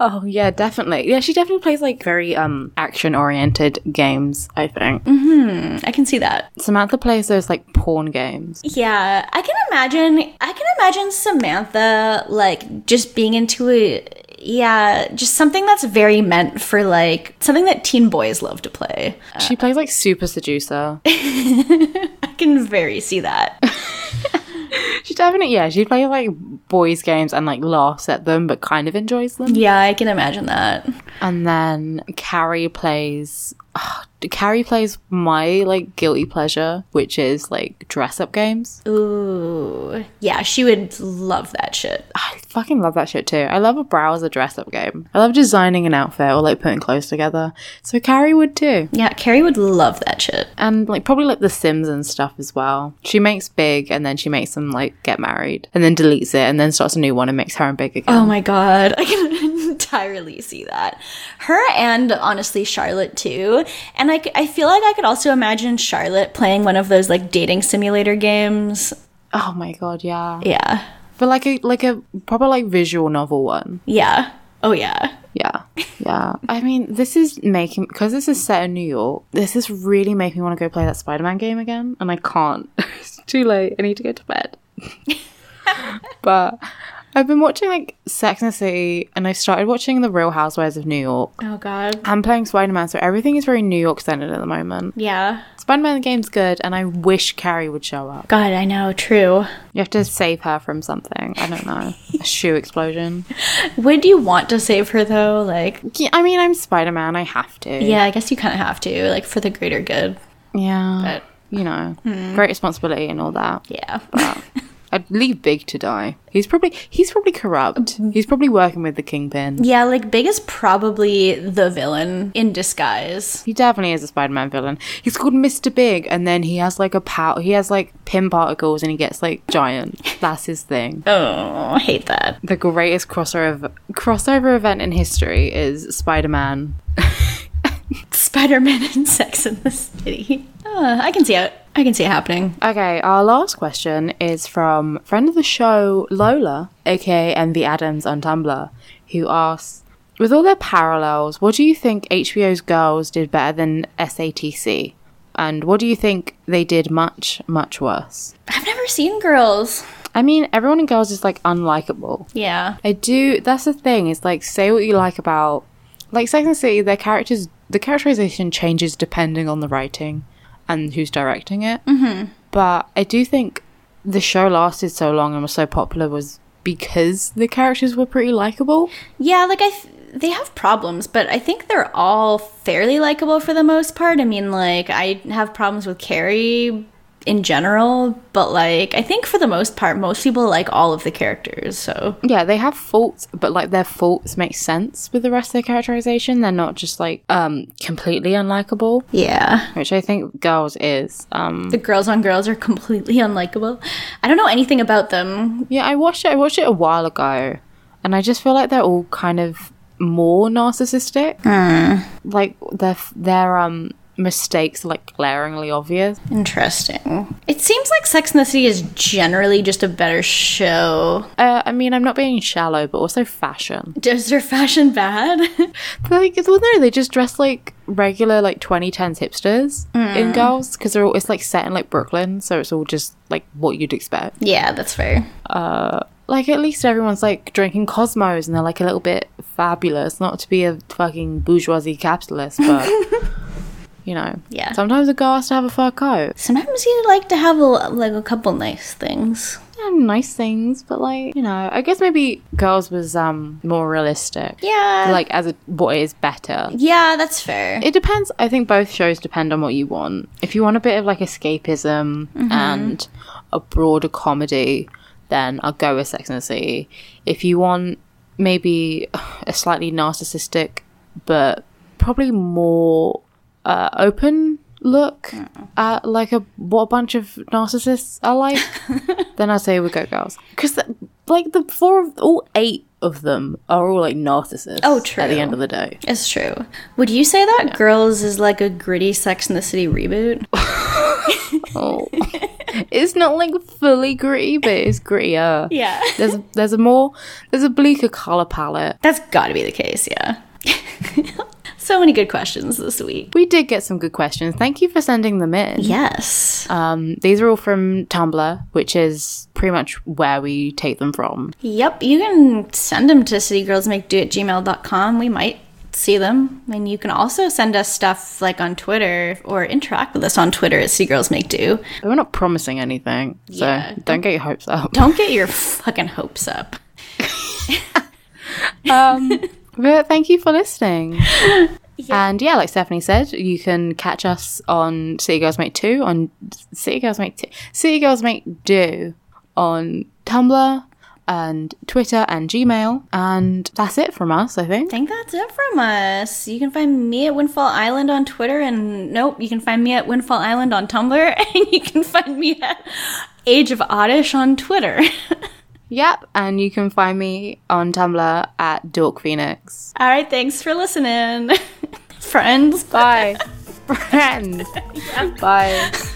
Speaker 1: Oh yeah, definitely. Yeah, she definitely plays like very um action oriented games. I think
Speaker 2: I can see that.
Speaker 1: Mm-hmm. Samantha plays those like porn games.
Speaker 2: Yeah, I can imagine. I can imagine Samantha like just being into a yeah, just something that's very meant for like something that teen boys love to play.
Speaker 1: She plays like Super Seducer.
Speaker 2: I can very see that.
Speaker 1: she definitely yeah. She plays like boys games and like laughs at them, but kind of enjoys them.
Speaker 2: yeah, I can imagine that.
Speaker 1: And then Carrie plays. Carrie plays my like guilty pleasure, which is like dress up games.
Speaker 2: Ooh, yeah, she would love that shit.
Speaker 1: I fucking love that shit too. I love a browser dress up game. I love designing an outfit or like putting clothes together. So Carrie would too.
Speaker 2: Yeah, Carrie would love that shit.
Speaker 1: And like probably like The Sims and stuff as well. She makes big and then she makes them like get married and then deletes it and then starts a new one and makes her and big again.
Speaker 2: Oh my god, I can entirely see that. Her and honestly Charlotte too. And I, c- I feel like I could also imagine Charlotte playing one of those like dating simulator games.
Speaker 1: Oh my god, yeah.
Speaker 2: Yeah.
Speaker 1: But like a like a proper like visual novel one.
Speaker 2: Yeah. Oh yeah.
Speaker 1: Yeah, yeah. I mean, this is making because this is set in New York. This is really making me want to go play that Spider-Man game again, and I can't. it's too late. I need to go to bed. but I've been watching like Sex and the City, and I started watching The Real Housewives of New York.
Speaker 2: Oh god.
Speaker 1: I'm playing Spider-Man, so everything is very New York centered at the moment.
Speaker 2: Yeah.
Speaker 1: Spider-Man the game's good, and I wish Carrie would show up.
Speaker 2: God, I know, true.
Speaker 1: You have to save her from something. I don't know, a shoe explosion.
Speaker 2: Would you want to save her though? Like
Speaker 1: Yeah, I mean, I'm Spider-Man. I have to.
Speaker 2: yeah, I guess you kinda have to, like for the greater good.
Speaker 1: Yeah.
Speaker 2: But-
Speaker 1: you know, great responsibility and all that.
Speaker 2: Hmm. Yeah.
Speaker 1: I'd leave Big to die. He's probably he's probably corrupt. He's probably working with the kingpin.
Speaker 2: Mm-hmm. yeah, like Big is probably the villain in disguise.
Speaker 1: He definitely is a Spider-Man villain. He's called Mr. Big, and then he has like a pow. He has like pin particles, and he gets like giant. That's his thing.
Speaker 2: Oh, I hate that.
Speaker 1: The greatest crossover crossover event in history is Spider-Man.
Speaker 2: Spider Man and Sex in the City. Uh, I can see it. I can see it happening.
Speaker 1: Okay, our last question is from friend of the show Lola, aka MV Adams on Tumblr, who asks, with all their parallels, what do you think HBO's Girls did better than SATC? And what do you think they did much, much worse?
Speaker 2: I've never seen girls.
Speaker 1: I mean, everyone in Girls is like unlikable.
Speaker 2: Yeah.
Speaker 1: I do. That's the thing. It's like say what you like about like Sex and the City. Their characters, the characterization changes depending on the writing and who's directing it. Mm-hmm. But I do think the show lasted so long and was so popular was because the characters were pretty likable.
Speaker 2: Yeah, like I, th- they have problems, but I think they're all fairly likable for the most part. I mean, like I have problems with Carrie in general, but like I think for the most part, most people like all of the characters. So
Speaker 1: Yeah, they have faults, but like their faults make sense with the rest of their characterization. They're not just like um completely unlikable,
Speaker 2: yeah,
Speaker 1: which I think girls is. Um
Speaker 2: the girls on girls are completely unlikable. I don't know anything about them.
Speaker 1: Yeah, I watched it. I watched it a while ago, and I just feel like they're all kind of more narcissistic. Like their their um mistakes are like glaringly obvious.
Speaker 2: Interesting. It seems like Sex and the City is generally just a better show.
Speaker 1: Uh, I mean, I'm not being shallow, but also fashion.
Speaker 2: Does their fashion bad?
Speaker 1: Like, well, no, they just dress like regular like 2010s hipsters in girls because they're all it's like set in like Brooklyn, so it's all just like what you'd expect.
Speaker 2: yeah, that's fair.
Speaker 1: Like, at least everyone's like drinking Cosmos, and they're like a little bit fabulous. Not to be a fucking bourgeoisie capitalist, but. You know,
Speaker 2: Yeah.
Speaker 1: Sometimes a girl has to have a fur coat.
Speaker 2: Sometimes you like to have a, like a couple nice things.
Speaker 1: Yeah, nice things, but like you know, I guess maybe girls was um more realistic.
Speaker 2: Yeah.
Speaker 1: like as a, what is better.
Speaker 2: Yeah, that's fair.
Speaker 1: It depends. I think both shows depend on what you want. If you want a bit of like escapism
Speaker 2: Mm-hmm.
Speaker 1: and a broader comedy, then I'll go with Sex and the City. If you want maybe a slightly narcissistic but probably more uh, open look at like a what a bunch of narcissists are like, then I'd say we go girls because like the four of all eight of them are all like narcissists.
Speaker 2: Oh,
Speaker 1: At the
Speaker 2: true.
Speaker 1: end of the day.
Speaker 2: It's true. Would you say that Girls is like a gritty Sex and the City reboot?
Speaker 1: Oh. it's not like fully gritty, but it's grittier.
Speaker 2: Yeah.
Speaker 1: There's there's a more there's a bleaker color palette.
Speaker 2: That's got to be the case, yeah. so many good questions this week.
Speaker 1: We did get some good questions. Thank you for sending them in.
Speaker 2: Yes.
Speaker 1: Um, these are all from Tumblr, which is pretty much where we take them from.
Speaker 2: yep, you can send them to citygirlsmakedo at gmail.com. We might see them. And you can also send us stuff like on Twitter or interact with us on Twitter at citygirlsmakedo.
Speaker 1: But we're not promising anything, so
Speaker 2: Yeah.
Speaker 1: don't get your hopes up.
Speaker 2: Don't get your fucking hopes up.
Speaker 1: But Um, thank you for listening. And yeah, like Stephanie said, you can catch us on City Girls Make Two on City Girls Make Two, City Girls Make Do on Tumblr and Twitter and Gmail, and that's it from us. I think.
Speaker 2: I think that's it from us. You can find me at Windfall Island on Twitter, and nope, you can find me at Windfall Island on Tumblr, and you can find me at Age of Oddish on Twitter.
Speaker 1: Yep, and you can find me on Tumblr at Dork Phoenix.
Speaker 2: All right, thanks for listening, friends.
Speaker 1: Bye, friends. Bye.